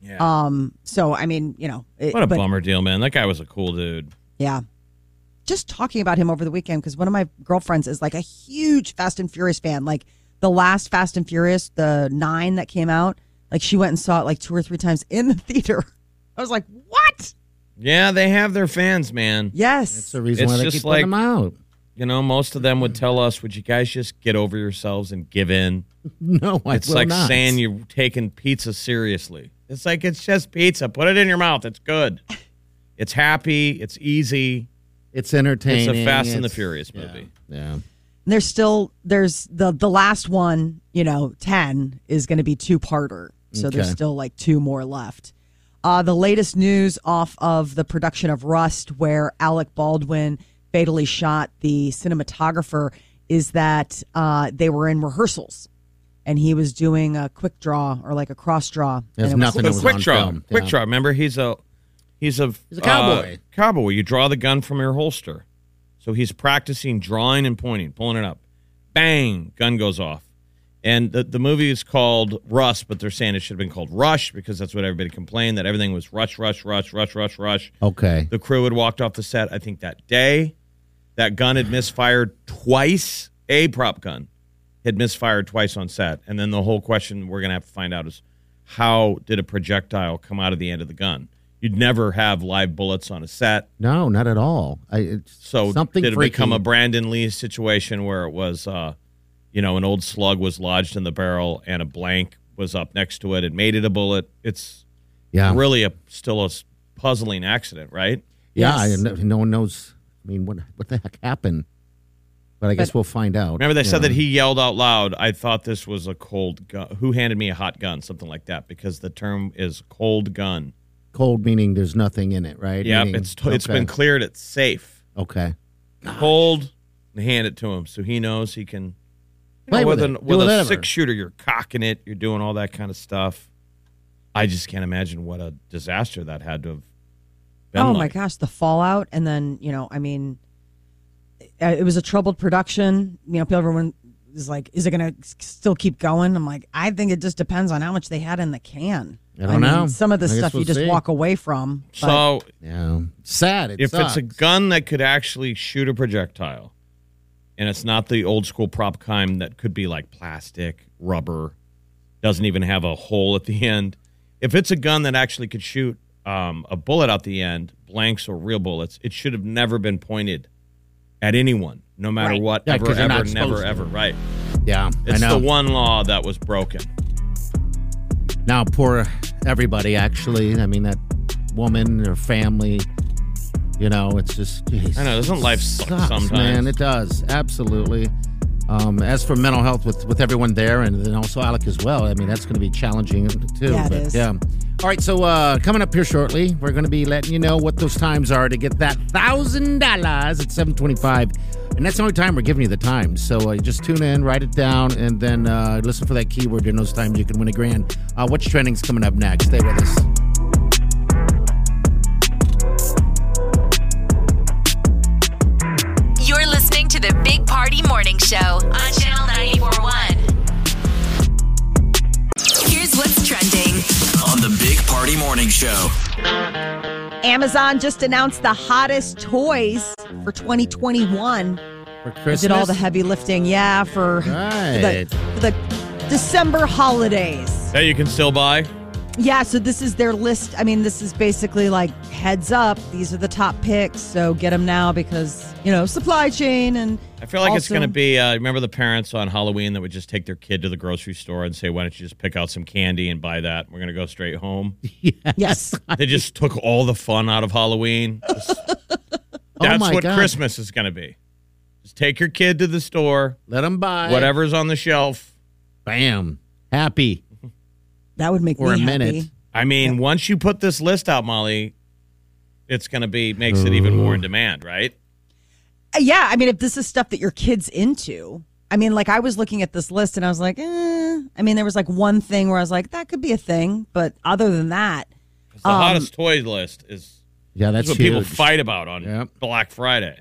Speaker 4: Yeah.
Speaker 5: Um. So I mean, you know, it,
Speaker 4: what a
Speaker 5: but,
Speaker 4: bummer deal, man. That guy was a cool dude.
Speaker 5: Yeah. Just talking about him over the weekend because one of my girlfriends is like a huge Fast and Furious fan. Like the last Fast and Furious, the nine that came out, like she went and saw it like two or three times in the theater. I was like, what?
Speaker 4: Yeah, they have their fans, man.
Speaker 3: That's
Speaker 5: Yes.
Speaker 3: the reason why
Speaker 4: It's
Speaker 3: they
Speaker 4: just
Speaker 3: keep putting
Speaker 4: like-
Speaker 3: them out.
Speaker 4: You know, most of them would tell us, "Would you guys just get over yourselves and give in?"
Speaker 3: No, I
Speaker 4: It's
Speaker 3: will
Speaker 4: like
Speaker 3: not.
Speaker 4: saying you're taking pizza seriously. It's like it's just pizza. Put it in your mouth. It's good. It's happy. It's easy.
Speaker 3: It's entertaining.
Speaker 4: It's a Fast and the
Speaker 3: It's-
Speaker 4: Furious
Speaker 3: yeah,
Speaker 4: movie.
Speaker 3: Yeah.
Speaker 5: there's still there's the the last one you know 10 is going to be two parter so there's
Speaker 3: Okay.
Speaker 5: still like two more left uh the latest news off of the production of rust where alec baldwin fatally shot the cinematographer is that uh they were in rehearsals and he was doing a quick draw or like a cross draw
Speaker 3: There's
Speaker 5: and it was-
Speaker 3: nothing
Speaker 4: So
Speaker 3: was
Speaker 4: quick
Speaker 3: on
Speaker 4: draw.
Speaker 3: film.
Speaker 4: Quick
Speaker 3: Yeah.
Speaker 4: draw. Remember, he's a he's a
Speaker 3: He's a cowboy.
Speaker 4: uh, cowboy. You draw the gun from your holster. So he's practicing drawing and pointing, pulling it up. Bang! Gun goes off. And the, the movie is called Rust, but they're saying it should have been called Rush because that's what everybody complained that everything was rush, rush, rush, rush, rush, rush.
Speaker 3: Okay.
Speaker 4: The crew had walked off the set, I think, that day. That gun had misfired twice. A prop gun had misfired twice on set. And then the whole question we're going to have to find out is how did a projectile come out of the end of the gun? You'd never have live bullets on a set.
Speaker 3: No, not at all. I, it's
Speaker 4: So
Speaker 3: something
Speaker 4: did it
Speaker 3: freaky.
Speaker 4: become a Brandon Lee situation where it was, uh, you know, an old slug was lodged in the barrel and a blank was up next to it and made it a bullet? It's
Speaker 3: yeah,
Speaker 4: really a still a s- puzzling accident, right?
Speaker 3: yeah.
Speaker 5: Yes.
Speaker 3: and no, no one knows. I mean, what what the heck happened? But I guess we'll find out.
Speaker 4: Remember, they
Speaker 3: you
Speaker 4: said that
Speaker 3: know.
Speaker 4: he yelled out loud, I thought this was a cold gun. Who handed me a hot gun? Something like that, because the term is cold gun.
Speaker 3: cold meaning there's nothing in it, right?
Speaker 4: Yeah,
Speaker 3: Meaning-
Speaker 4: it's, it's
Speaker 3: okay.
Speaker 4: been cleared. It's safe.
Speaker 3: Okay.
Speaker 4: Cold, and hand it to him so he knows he can. you know,
Speaker 3: Play with
Speaker 4: with
Speaker 3: it. Do
Speaker 4: an- with a
Speaker 3: whatever.
Speaker 4: six shooter, you're cocking it, you're doing all that kind of stuff. I just can't imagine what a disaster that had to have been.
Speaker 5: oh my
Speaker 4: like.
Speaker 5: gosh, the fallout, and then you know, I mean, uh, it was a troubled production. You know, people everyone is like, is it going to still keep going? I'm like, I think it just depends on how much they had in the can.
Speaker 3: I don't know.
Speaker 5: Some of the
Speaker 3: I guess
Speaker 5: stuff you
Speaker 3: we'll
Speaker 5: just
Speaker 3: see.
Speaker 5: walk away from. but-
Speaker 4: So,
Speaker 3: Yeah. Sad. It
Speaker 4: if
Speaker 3: sucks.
Speaker 4: it's a gun that could actually shoot a projectile, and it's not the old school prop kind that could be like plastic, rubber, doesn't even have a hole at the end. If it's a gun that actually could shoot um, a bullet out the end, blanks or real bullets, it should have never been pointed at anyone, no matter what,
Speaker 3: Yeah,
Speaker 4: ever,
Speaker 3: 'cause they're
Speaker 4: ever,
Speaker 3: not
Speaker 4: never,
Speaker 3: supposed to.
Speaker 4: ever. Right?
Speaker 3: yeah, I
Speaker 4: It's
Speaker 3: know.
Speaker 4: the one law that was broken.
Speaker 3: Now, poor everybody. Actually, I mean that woman, her family. You know, it's just. Geez,
Speaker 4: I know, doesn't life suck
Speaker 3: sucks,
Speaker 4: sometimes?
Speaker 3: Man, it does absolutely. Um, as for mental health with with everyone there, and then also Alec as well. I mean, that's going to be challenging too.
Speaker 5: Yeah, it
Speaker 3: but,
Speaker 5: is.
Speaker 3: Yeah. All right, so uh, coming up here shortly, we're going to be letting you know what those times are to get that thousand dollars at seven twenty-five, and that's the only time we're giving you the time. So uh, just tune in, write it down, and then uh, listen for that keyword during those times. You can win a grand. Uh, what's trending's coming up next? Stay with us.
Speaker 2: You're listening to the Big Party Morning Show on Channel 941. Here's what's trending.
Speaker 6: on the Big Party Morning Show.
Speaker 5: Amazon just announced the hottest toys for 2021.
Speaker 3: For
Speaker 5: It
Speaker 3: Christmas,
Speaker 5: Did all the heavy lifting, yeah, for
Speaker 3: Right.
Speaker 5: the, for the December holidays.
Speaker 4: That you can still buy.
Speaker 5: Yeah, so this is their list. I mean, this is basically like heads up. These are the top picks, so get them now because you know supply chain and.
Speaker 4: I feel like it's
Speaker 5: also-
Speaker 4: going to be. Uh, remember the parents on Halloween that would just take their kid to the grocery store and say, "Why don't you just pick out some candy and buy that? We're going to go straight home."
Speaker 5: yes.
Speaker 4: they just took all the fun out of Halloween. Just- that's
Speaker 3: Oh my
Speaker 4: what
Speaker 3: God.
Speaker 4: Christmas is going to be. Just take your kid to the store,
Speaker 3: let them buy
Speaker 4: whatever's on the shelf.
Speaker 3: Bam, happy.
Speaker 5: That would make
Speaker 3: Or
Speaker 5: me
Speaker 3: a minute.
Speaker 5: happy.
Speaker 4: I mean, once you put this list out, Molly, it's going to be makes it even more in demand, right?
Speaker 5: Uh, Yeah, I mean, if this is stuff that your kids into, I mean, like I was looking at this list and I was like, eh. I mean, there was like one thing where I was like, that could be a thing, but other than that,
Speaker 4: 'Cause
Speaker 3: Um,
Speaker 4: The hottest toy list is
Speaker 3: Yeah,
Speaker 4: that's
Speaker 3: that's
Speaker 4: what
Speaker 3: huge.
Speaker 4: people fight about on
Speaker 3: Yep.
Speaker 4: Black Friday.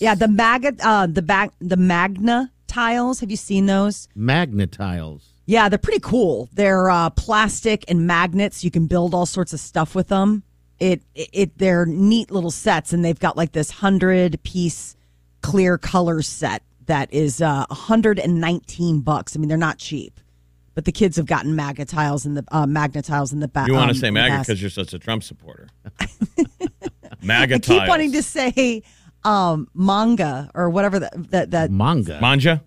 Speaker 5: yeah, the maggot, uh, the back, the magna tiles. Have you seen those?
Speaker 3: Magnetiles.
Speaker 5: Yeah, they're pretty cool. They're uh, plastic and magnets. You can build all sorts of stuff with them. It, it it they're neat little sets, and they've got like this hundred piece clear color set that is uh, hundred and nineteen bucks. I mean, they're not cheap, but the kids have gotten magnet tiles in the uh, magnet tiles in the back.
Speaker 4: You want
Speaker 5: um,
Speaker 4: to say
Speaker 5: in the
Speaker 4: MAGA
Speaker 5: past.
Speaker 4: because you're such a Trump supporter. MAGA
Speaker 5: I keep
Speaker 4: tiles.
Speaker 5: wanting to say um, manga or whatever that that that
Speaker 3: Manga.
Speaker 4: Manja?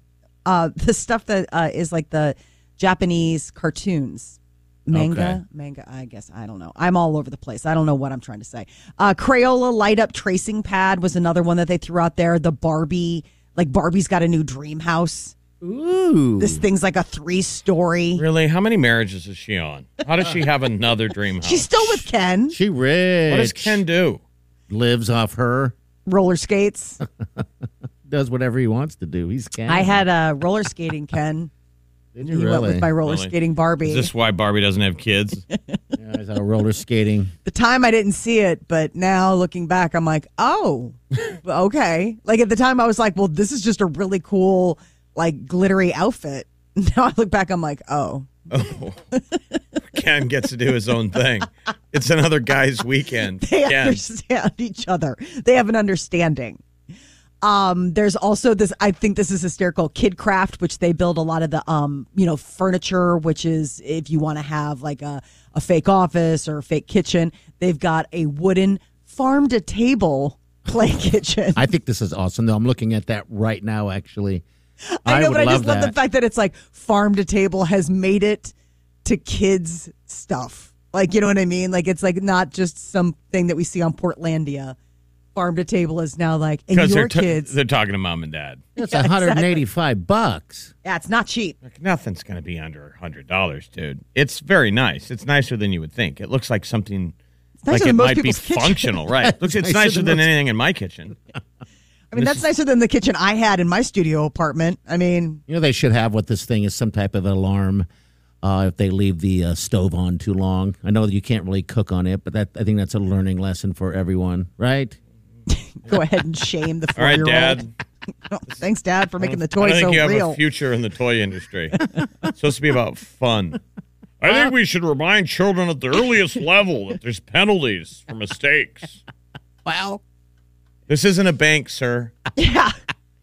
Speaker 5: uh, the stuff that uh, is like the Japanese cartoons. Manga,
Speaker 3: Okay.
Speaker 5: manga. I guess I don't know. I'm all over the place. I don't know what I'm trying to say. Uh, Crayola light up tracing pad was another one that they threw out there. The Barbie, like Barbie's got a new dream house.
Speaker 3: Ooh.
Speaker 5: This
Speaker 4: Hmm.
Speaker 5: thing's like a three story.
Speaker 4: Really? How many marriages is she on? How does she have another dream house?
Speaker 5: She's still with Ken.
Speaker 3: she rich.
Speaker 4: what does Ken do?
Speaker 3: lives off her?
Speaker 5: Roller skates.
Speaker 3: Does whatever he wants to do. He's Ken.
Speaker 5: I had a roller skating Ken.
Speaker 3: Did
Speaker 5: He
Speaker 3: you
Speaker 5: went
Speaker 3: really?
Speaker 5: with my roller
Speaker 4: Really?
Speaker 5: skating Barbie.
Speaker 4: Is this why Barbie doesn't have kids?
Speaker 3: Yeah, I was out roller skating.
Speaker 5: the time I didn't see it, but now looking back, I'm like, oh, okay. Like at the time, I was like, well, this is just a really cool, like glittery outfit. Now I look back, I'm like, oh,
Speaker 4: Oh. Ken gets to do his own thing. It's another guy's weekend.
Speaker 5: they
Speaker 4: Ken.
Speaker 5: understand each other. They have an understanding. Um, there's also this. I think this is hysterical. Kidcraft, which they build a lot of the um, you know, furniture, which is if you want to have like a a fake office or a fake kitchen, they've got a wooden farm to table play kitchen.
Speaker 3: I think this is awesome, though. I'm looking at that right now, actually.
Speaker 5: I know,
Speaker 3: would
Speaker 5: but I just love
Speaker 3: that.
Speaker 5: the fact that it's like farm to table has made it to kids stuff. Like you know what I mean? Like it's like not just something that we see on Portlandia. Farm to table is now like and your
Speaker 4: they're, ta-
Speaker 5: kids.
Speaker 4: they're talking to mom and dad.
Speaker 3: That's 185 bucks.
Speaker 5: Yeah, it's not cheap.
Speaker 4: Like, nothing's going to be under $100, dude. It's very nice. It's nicer than you would think. It looks like something
Speaker 5: nicer
Speaker 4: like
Speaker 5: than
Speaker 4: it
Speaker 5: most
Speaker 4: might be
Speaker 5: people's kitchen.
Speaker 4: functional, right? Looks it's nicer than,
Speaker 3: than most-
Speaker 4: anything in my kitchen.
Speaker 5: I mean, that's nicer than the kitchen I had in my studio apartment. I mean,
Speaker 3: You know, they should have what this thing is some type of alarm uh, if they leave the uh, stove on too long. I know that you can't really cook on it, but that I think that's a learning lesson for everyone, right?
Speaker 5: go ahead and shame the
Speaker 4: All
Speaker 5: four
Speaker 4: right,
Speaker 5: year old.
Speaker 4: dad.
Speaker 5: Thanks, Dad, for making the
Speaker 4: I
Speaker 5: toy
Speaker 4: don't
Speaker 5: so
Speaker 4: think you have
Speaker 5: real.
Speaker 4: a future in the toy industry. it's supposed to be about fun. I think we should remind children at the earliest level that there's penalties for mistakes.
Speaker 3: Well,
Speaker 4: This isn't a bank, sir.
Speaker 5: yeah,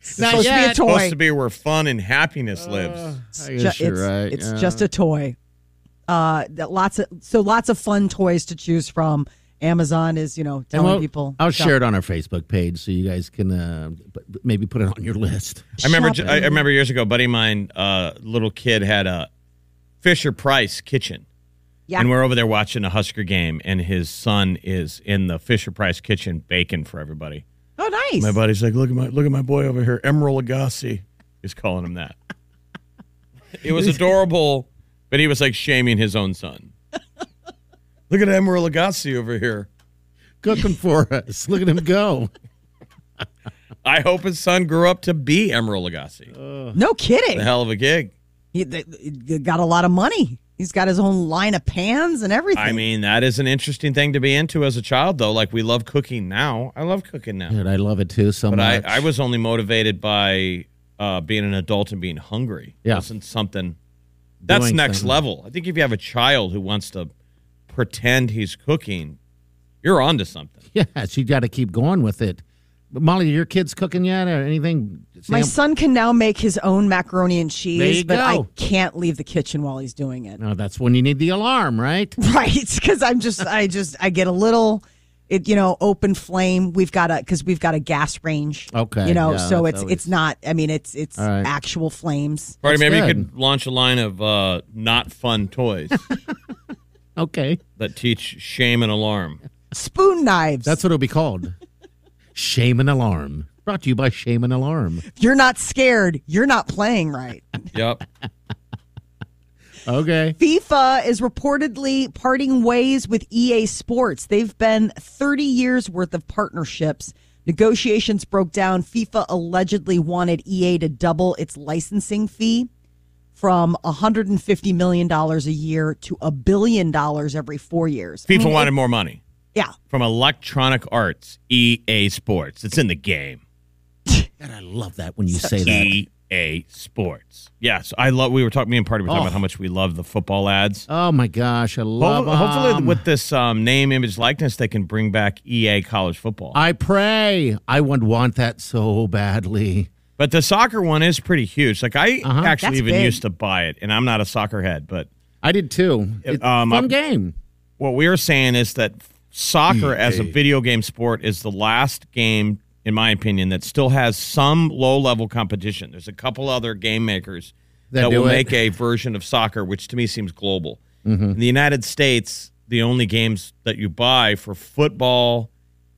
Speaker 3: it's
Speaker 5: supposed to be a
Speaker 4: It's supposed
Speaker 5: toy. Uh,
Speaker 4: to be where fun and happiness lives.
Speaker 5: It's
Speaker 3: I
Speaker 5: ju-
Speaker 3: guess you're
Speaker 5: it's,
Speaker 3: right,
Speaker 5: it's
Speaker 3: yeah.
Speaker 5: just a toy. Uh, that lots of so lots of fun toys to choose from. Amazon is you know telling people.
Speaker 3: I'll
Speaker 5: shop-
Speaker 3: share it on our Facebook page so you guys can uh, b- b- maybe put it on your list.
Speaker 4: I remember. j-
Speaker 5: shop-
Speaker 4: I I remember years ago, a buddy of mine, uh, little kid, had a Fisher Price kitchen,
Speaker 5: Yeah.
Speaker 4: and we're over there watching a Husker game, and his son is in the Fisher Price kitchen baking for everybody.
Speaker 5: oh, nice.
Speaker 4: My buddy's like, "Look at my look at my boy over here, Emeril Lagasse." He's calling him that. it was adorable, but he was like shaming his own son. look at Emeril Lagasse over here.
Speaker 3: Cooking for us. Look at him go.
Speaker 4: I hope his son grew up to be Emeril Lagasse.
Speaker 5: no
Speaker 4: the
Speaker 5: kidding.
Speaker 4: hell of a gig.
Speaker 5: He, th- he got a lot of money. He's got his own line of pans and everything.
Speaker 4: I mean, that is an interesting thing to be into as a child, though. Like, we love cooking now. I love cooking now.
Speaker 3: Dude, I love it too so
Speaker 4: but I,
Speaker 3: much.
Speaker 4: I was only motivated by uh, being an adult and being hungry.
Speaker 3: Yeah.
Speaker 4: Wasn't something that's
Speaker 3: Doing
Speaker 4: next
Speaker 3: something.
Speaker 4: level. I think if you have a child who wants to pretend he's cooking, you're onto something.
Speaker 3: Yes, you got to keep going with it. But Molly, your kids cooking yet or anything?
Speaker 5: My
Speaker 3: Sam-
Speaker 5: son can now make his own macaroni and
Speaker 3: There
Speaker 5: cheese,
Speaker 3: you
Speaker 5: but I
Speaker 3: go.
Speaker 5: can't leave the kitchen while he's doing it.
Speaker 3: No, oh, that's when you need the alarm, right?
Speaker 5: Right, because I'm just, I just, I get a little, it, you know, open flame. We've got a, because we've got a gas range.
Speaker 3: Okay,
Speaker 5: you know,
Speaker 3: yeah,
Speaker 5: so
Speaker 3: that's
Speaker 5: it's,
Speaker 3: always-
Speaker 5: it's not. I mean, it's, it's
Speaker 3: All right.
Speaker 5: actual flames.
Speaker 4: Party,
Speaker 3: That's
Speaker 4: maybe you
Speaker 3: good.
Speaker 4: could launch a line of uh, not fun toys
Speaker 3: Okay.
Speaker 4: that teach shame and alarm.
Speaker 5: Spoon knives.
Speaker 3: That's what it'll be called. Shame and Alarm. Brought to you by Shame and Alarm.
Speaker 5: If you're not scared. You're not playing right.
Speaker 4: Yep.
Speaker 3: Okay.
Speaker 5: FIFA is reportedly parting ways with EA Sports. They've been 30 years worth of partnerships. Negotiations broke down. FIFA allegedly wanted EA to double its licensing fee from 150 million dollars a year to a billion dollars every 4 years. I
Speaker 4: FIFA
Speaker 5: mean,
Speaker 4: wanted more money.
Speaker 5: yeah.
Speaker 4: from Electronic Arts, EA Sports. It's in the game.
Speaker 3: God, I love that when you say that.
Speaker 4: EA Sports. Yes, I love. We were talking. Me and Party were talking
Speaker 3: Oh.
Speaker 4: about how much we love the football ads.
Speaker 3: Oh my gosh, I love
Speaker 4: Hopefully, hopefully
Speaker 3: 'em.
Speaker 4: with this um, name, image, likeness, they can bring back EA college football.
Speaker 3: I pray. I would want that so badly.
Speaker 4: but the soccer one is pretty huge. Like I
Speaker 3: Uh-huh.
Speaker 4: actually
Speaker 5: That's
Speaker 4: even
Speaker 5: big.
Speaker 4: used to buy it, and I'm not a soccer head. But
Speaker 3: I did too. It's
Speaker 4: um,
Speaker 3: fun
Speaker 4: I-
Speaker 3: game.
Speaker 4: what we are saying is that soccer as a video game sport is the last game, in my opinion, that still has some low level competition. There's a couple other game makers
Speaker 3: That
Speaker 4: that,
Speaker 3: do
Speaker 4: will
Speaker 3: it. Mm-hmm.
Speaker 4: make a version of soccer, which to me seems global. In the United States, the only games that you buy for football,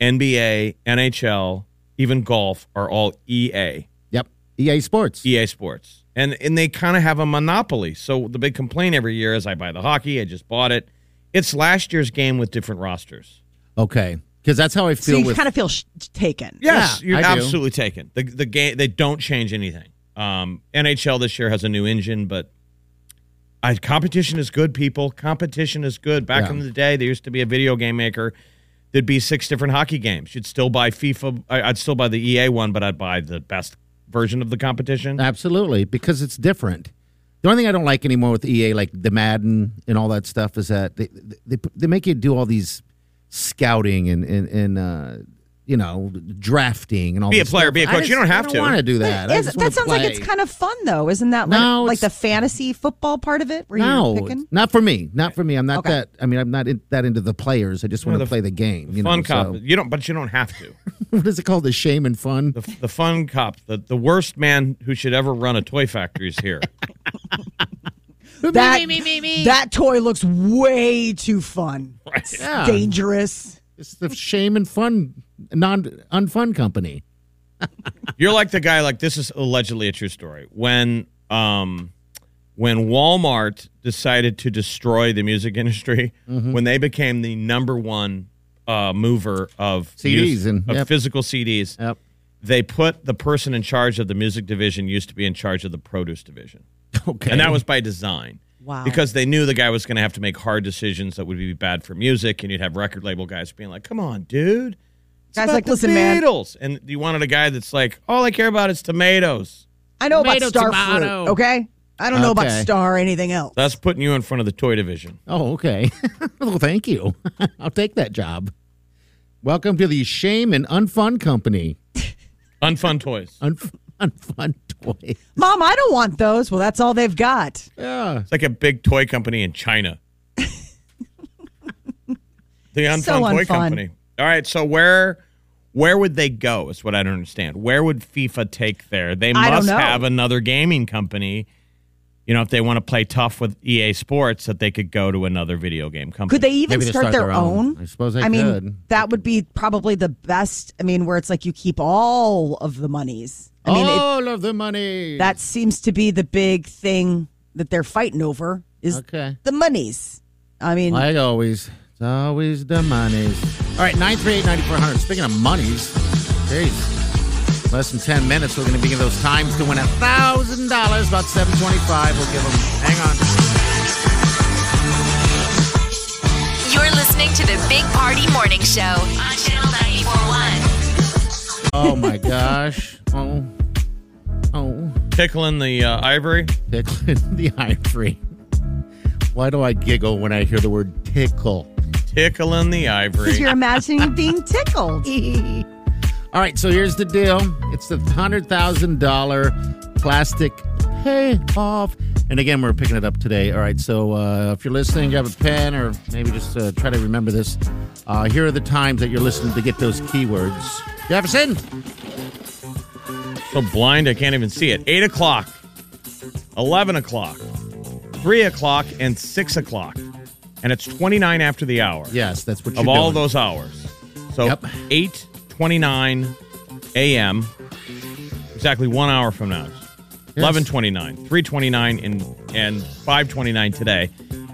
Speaker 4: NBA, NHL, even golf are all E EA.
Speaker 3: Yep. EA Sports.
Speaker 4: EA E Sports. And and they kind of have a monopoly. So the big complaint every year is I buy the hockey, I just bought it. It's last year's game with different rosters.
Speaker 3: Okay. Because that's how I
Speaker 5: So
Speaker 3: feel
Speaker 5: you
Speaker 3: with.
Speaker 5: kind of feel sh- taken.
Speaker 4: Yes,
Speaker 3: Yeah,
Speaker 4: you're
Speaker 3: I do.
Speaker 4: absolutely taken. The the game they don't change anything. Um, NHL this year has a new engine, but I, competition is good. People, competition is good. Back
Speaker 3: Yeah.
Speaker 4: in the day, there used to be a video game maker. There'd be six different hockey games. You'd still buy FIFA. I, I'd still buy the EA one, but I'd buy the best version of the competition.
Speaker 3: Absolutely, because it's different. The only thing I don't like anymore with EA, like the Madden and all that stuff, is that they they, they make you do all these scouting and and, and uh, you know, drafting and all
Speaker 4: Be a
Speaker 3: this
Speaker 4: player,
Speaker 3: stuff.
Speaker 4: be a
Speaker 3: I
Speaker 4: coach.
Speaker 3: just-
Speaker 4: You don't have
Speaker 3: I
Speaker 4: to.
Speaker 3: want to do that. I
Speaker 5: Is-
Speaker 3: just
Speaker 5: that
Speaker 3: wanna
Speaker 5: sounds like it's
Speaker 3: play.
Speaker 5: kind of fun though, isn't that? Like,
Speaker 3: No,
Speaker 5: like the
Speaker 3: it's-
Speaker 5: fantasy football part of it, where
Speaker 3: no,
Speaker 5: you're picking.
Speaker 3: not for me. Not for me. I'm not
Speaker 5: Okay.
Speaker 3: that. I mean, I'm not in, that into the players. I just want to
Speaker 4: the-
Speaker 3: play the game. you
Speaker 4: fun
Speaker 3: know,
Speaker 4: cop.
Speaker 3: so-
Speaker 4: You don't, but you don't have to.
Speaker 3: what is it called? The shame and fun.
Speaker 4: The, the fun cop, the, the worst man who should ever run a toy factory is here.
Speaker 5: That that toy looks way too fun. It's
Speaker 3: Yeah.
Speaker 5: dangerous.
Speaker 3: It's the shame and fun non unfun company.
Speaker 4: You're like the guy like this is allegedly a true story. When um when Walmart decided to destroy the music industry,
Speaker 3: Mm-hmm.
Speaker 4: when they became the number one uh, mover of
Speaker 3: CDs and-
Speaker 4: of
Speaker 3: yep.
Speaker 4: physical CDs,
Speaker 3: Yep.
Speaker 4: they put the person in charge of the music division used to be in charge of the produce division,
Speaker 3: Okay.
Speaker 4: and that was by design.
Speaker 5: Wow.
Speaker 4: Because they knew the guy was going to have to make hard decisions that would be bad for music, and you'd have record label guys being like, "Come on, dude." It's
Speaker 5: Guys
Speaker 4: about
Speaker 5: like,
Speaker 4: the
Speaker 5: "Listen, man."
Speaker 4: Beatles. man. And you wanted a guy that's like, all I care about is tomatoes.
Speaker 5: I know about
Speaker 3: Tomato,
Speaker 5: star
Speaker 3: tomato.
Speaker 5: fruit. Okay, I don't know about
Speaker 3: Okay.
Speaker 5: star or anything else.
Speaker 4: That's putting you in front of the toy division.
Speaker 3: Oh, okay. well, thank you. I'll take that job. Welcome to the shame and unfun company.
Speaker 4: Unfun toys.
Speaker 3: Unf- unfun toy.
Speaker 5: Mom, I don't want those. Well, that's all they've got.
Speaker 3: Yeah.
Speaker 4: It's like a big toy company in China. the Unfun
Speaker 5: So
Speaker 4: Toy
Speaker 5: unfun.
Speaker 4: Company. All right, so where where would they go? Is what I don't understand. Where would FIFA take there? They
Speaker 5: I don't
Speaker 4: must
Speaker 5: know.
Speaker 4: have another gaming company. You know, if they want to play tough with EA Sports, that they could go to another video game company.
Speaker 5: Could they even
Speaker 3: Maybe they
Speaker 5: start, their, own?
Speaker 3: I suppose they
Speaker 5: I mean,
Speaker 3: could.
Speaker 5: that would be probably the best. I mean, where it's like you keep all of the monies. I mean, it,
Speaker 3: All of the money.
Speaker 5: that seems to be the big thing that they're fighting over is
Speaker 3: Okay.
Speaker 5: the monies. I mean,
Speaker 3: Like always, it's always the monies. All right, 938 9400. Speaking of monies, geez, less than 10 minutes. We're going to begin those times to win $1,000, about 725. We'll give them, hang on.
Speaker 2: You're listening to the Big Party Morning Show on Channel 941.
Speaker 3: Oh my gosh. Oh, oh,
Speaker 4: Tickling the uh, ivory.
Speaker 3: tickling the ivory. Why do I giggle when I hear the word tickle?
Speaker 4: Tickling the ivory.
Speaker 5: because you're imagining being tickled.
Speaker 3: All right, so here's the deal. It's the hundred thousand dollar plastic payoff, and again, we're picking it up today. All right, so uh, if you're listening, grab a pen or maybe just uh, try to remember this. Uh, here are the times that you're listening to get those keywords. Jefferson,
Speaker 4: So blind I can't even see it. 8 o'clock, 11 o'clock, 3 o'clock, and 6 o'clock. And it's 29 after the hour
Speaker 3: yes, that's what you're
Speaker 4: of all
Speaker 3: doing.
Speaker 4: those hours. So
Speaker 3: Yep.
Speaker 4: eight twenty-nine a.m., exactly one hour from now. Eleven twenty-nine, three twenty-nine, and, and five twenty-nine today.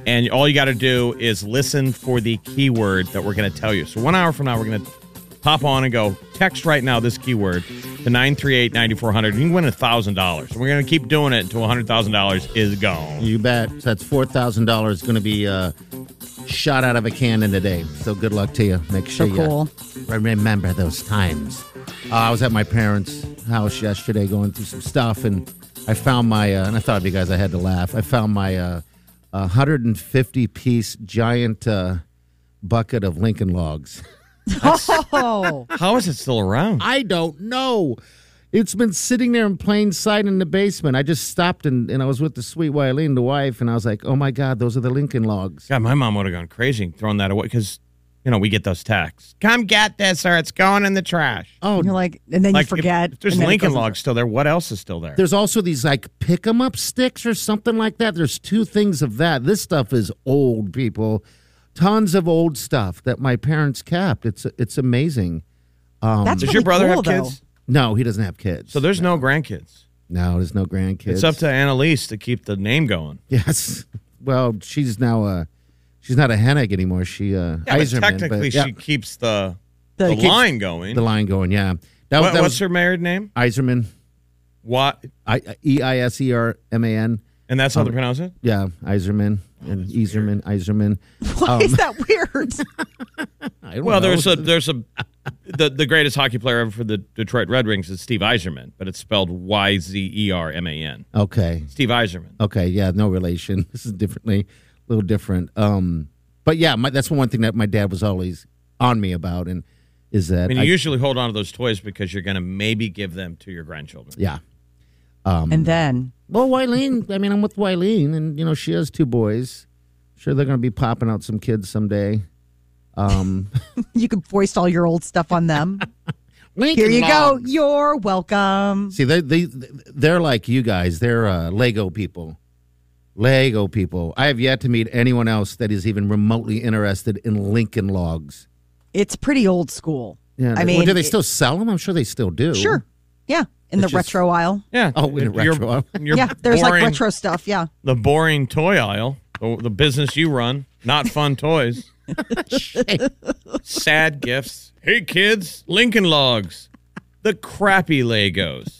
Speaker 4: And all you got to do is listen for the keyword that we're going to tell you. So one hour from now, we're going to pop on and go text right now this keyword to 938 9400. You can win $1,000. We're going to keep doing it until $100,000 is gone.
Speaker 3: You bet. So that's four thousand dollars going to be uh, shot out of a cannon today. So good luck to you. Make sure
Speaker 5: So cool.
Speaker 3: you remember those times. Uh, I was at my parents' house yesterday, going through some stuff, and I found my uh, and I thought of you guys. I had to laugh. I found my uh, hundred and fifty piece giant uh, bucket of Lincoln logs.
Speaker 5: Oh,
Speaker 4: How is it still around?
Speaker 3: I don't know. It's been sitting there in plain sight in the basement. I just stopped and, and I was with the sweet Wileen, the wife, and I was like, oh my God, those are the Lincoln logs.
Speaker 4: God, my mom would have gone crazy and thrown that away because, you know, we get those texts. Come get this or it's going in the trash.
Speaker 3: Oh,
Speaker 5: you're like, and then you
Speaker 4: Like, if-
Speaker 5: forget.
Speaker 4: If, there's
Speaker 5: and then it
Speaker 4: Lincoln
Speaker 5: goes-
Speaker 4: logs still there. What else is still there?
Speaker 3: there's also these like pick 'em up sticks or something like that. There's two things of that. This stuff is old, people. Tons of old stuff that my parents kept. It's it's amazing.
Speaker 5: That's
Speaker 4: Does
Speaker 5: really
Speaker 4: your brother
Speaker 5: cool,
Speaker 4: have kids?
Speaker 5: though.
Speaker 3: No, he doesn't have kids.
Speaker 4: So there's no grandkids.
Speaker 3: no, there's no grandkids.
Speaker 4: It's up to Annalise to keep the name going.
Speaker 3: yes. Well, she's now uh she's not a Hennig anymore. She uh
Speaker 4: Yeah, but
Speaker 3: Iserman, but,
Speaker 4: technically,
Speaker 3: yeah,
Speaker 4: she keeps the,
Speaker 5: The
Speaker 4: the
Speaker 5: kids-
Speaker 4: line going.
Speaker 3: the line going. Yeah, that,
Speaker 4: What-
Speaker 3: that
Speaker 4: what's
Speaker 3: was
Speaker 4: her married name?
Speaker 3: Iserman.
Speaker 4: What?
Speaker 3: I E I S E R M A N.
Speaker 4: And that's how they pronounce it?
Speaker 3: Yeah, Iserman and Iserman, Iserman.
Speaker 5: Why
Speaker 3: Um,
Speaker 5: is that weird?
Speaker 3: I don't
Speaker 4: Well,
Speaker 3: know.
Speaker 4: there's a there's a the the greatest hockey player ever for the Detroit Red Wings is Steve Eiserman, but it's spelled Y Z E R M A N.
Speaker 3: okay.
Speaker 4: Steve Eiserman.
Speaker 3: Okay, yeah, no relation. This is differently, a little different. Um, but yeah, my, that's one thing that my dad was always on me about, and is that
Speaker 4: I mean, you
Speaker 3: I-
Speaker 4: usually hold on to those toys because you're going to maybe give them to your grandchildren.
Speaker 3: yeah. um,
Speaker 5: and then
Speaker 3: Well, Wileen, I mean, I'm with Wileen, and you know she has two boys. Sure, they're going to be popping out some kids someday. Um,
Speaker 5: you could voice all your old stuff on them. Here
Speaker 3: Lincoln
Speaker 5: you go.
Speaker 3: Logs.
Speaker 5: You're welcome.
Speaker 3: See, they they they're like you guys. They're uh, Lego people. Lego people. I have yet to meet anyone else that is even remotely interested in Lincoln Logs.
Speaker 5: It's pretty old school.
Speaker 3: Yeah,
Speaker 5: I
Speaker 3: well,
Speaker 5: mean,
Speaker 3: do they
Speaker 5: it-
Speaker 3: still sell them? I'm sure they still do.
Speaker 5: Sure. Yeah. In the
Speaker 3: It's just-
Speaker 5: retro aisle.
Speaker 4: Yeah.
Speaker 3: Oh, in a
Speaker 4: Your-
Speaker 3: retro.
Speaker 4: your
Speaker 5: yeah. There's
Speaker 4: boring-
Speaker 5: like retro stuff. Yeah.
Speaker 4: The boring toy aisle, the, the business you run, not fun toys. Sad gifts. Hey, kids, Lincoln Logs, the crappy Legos.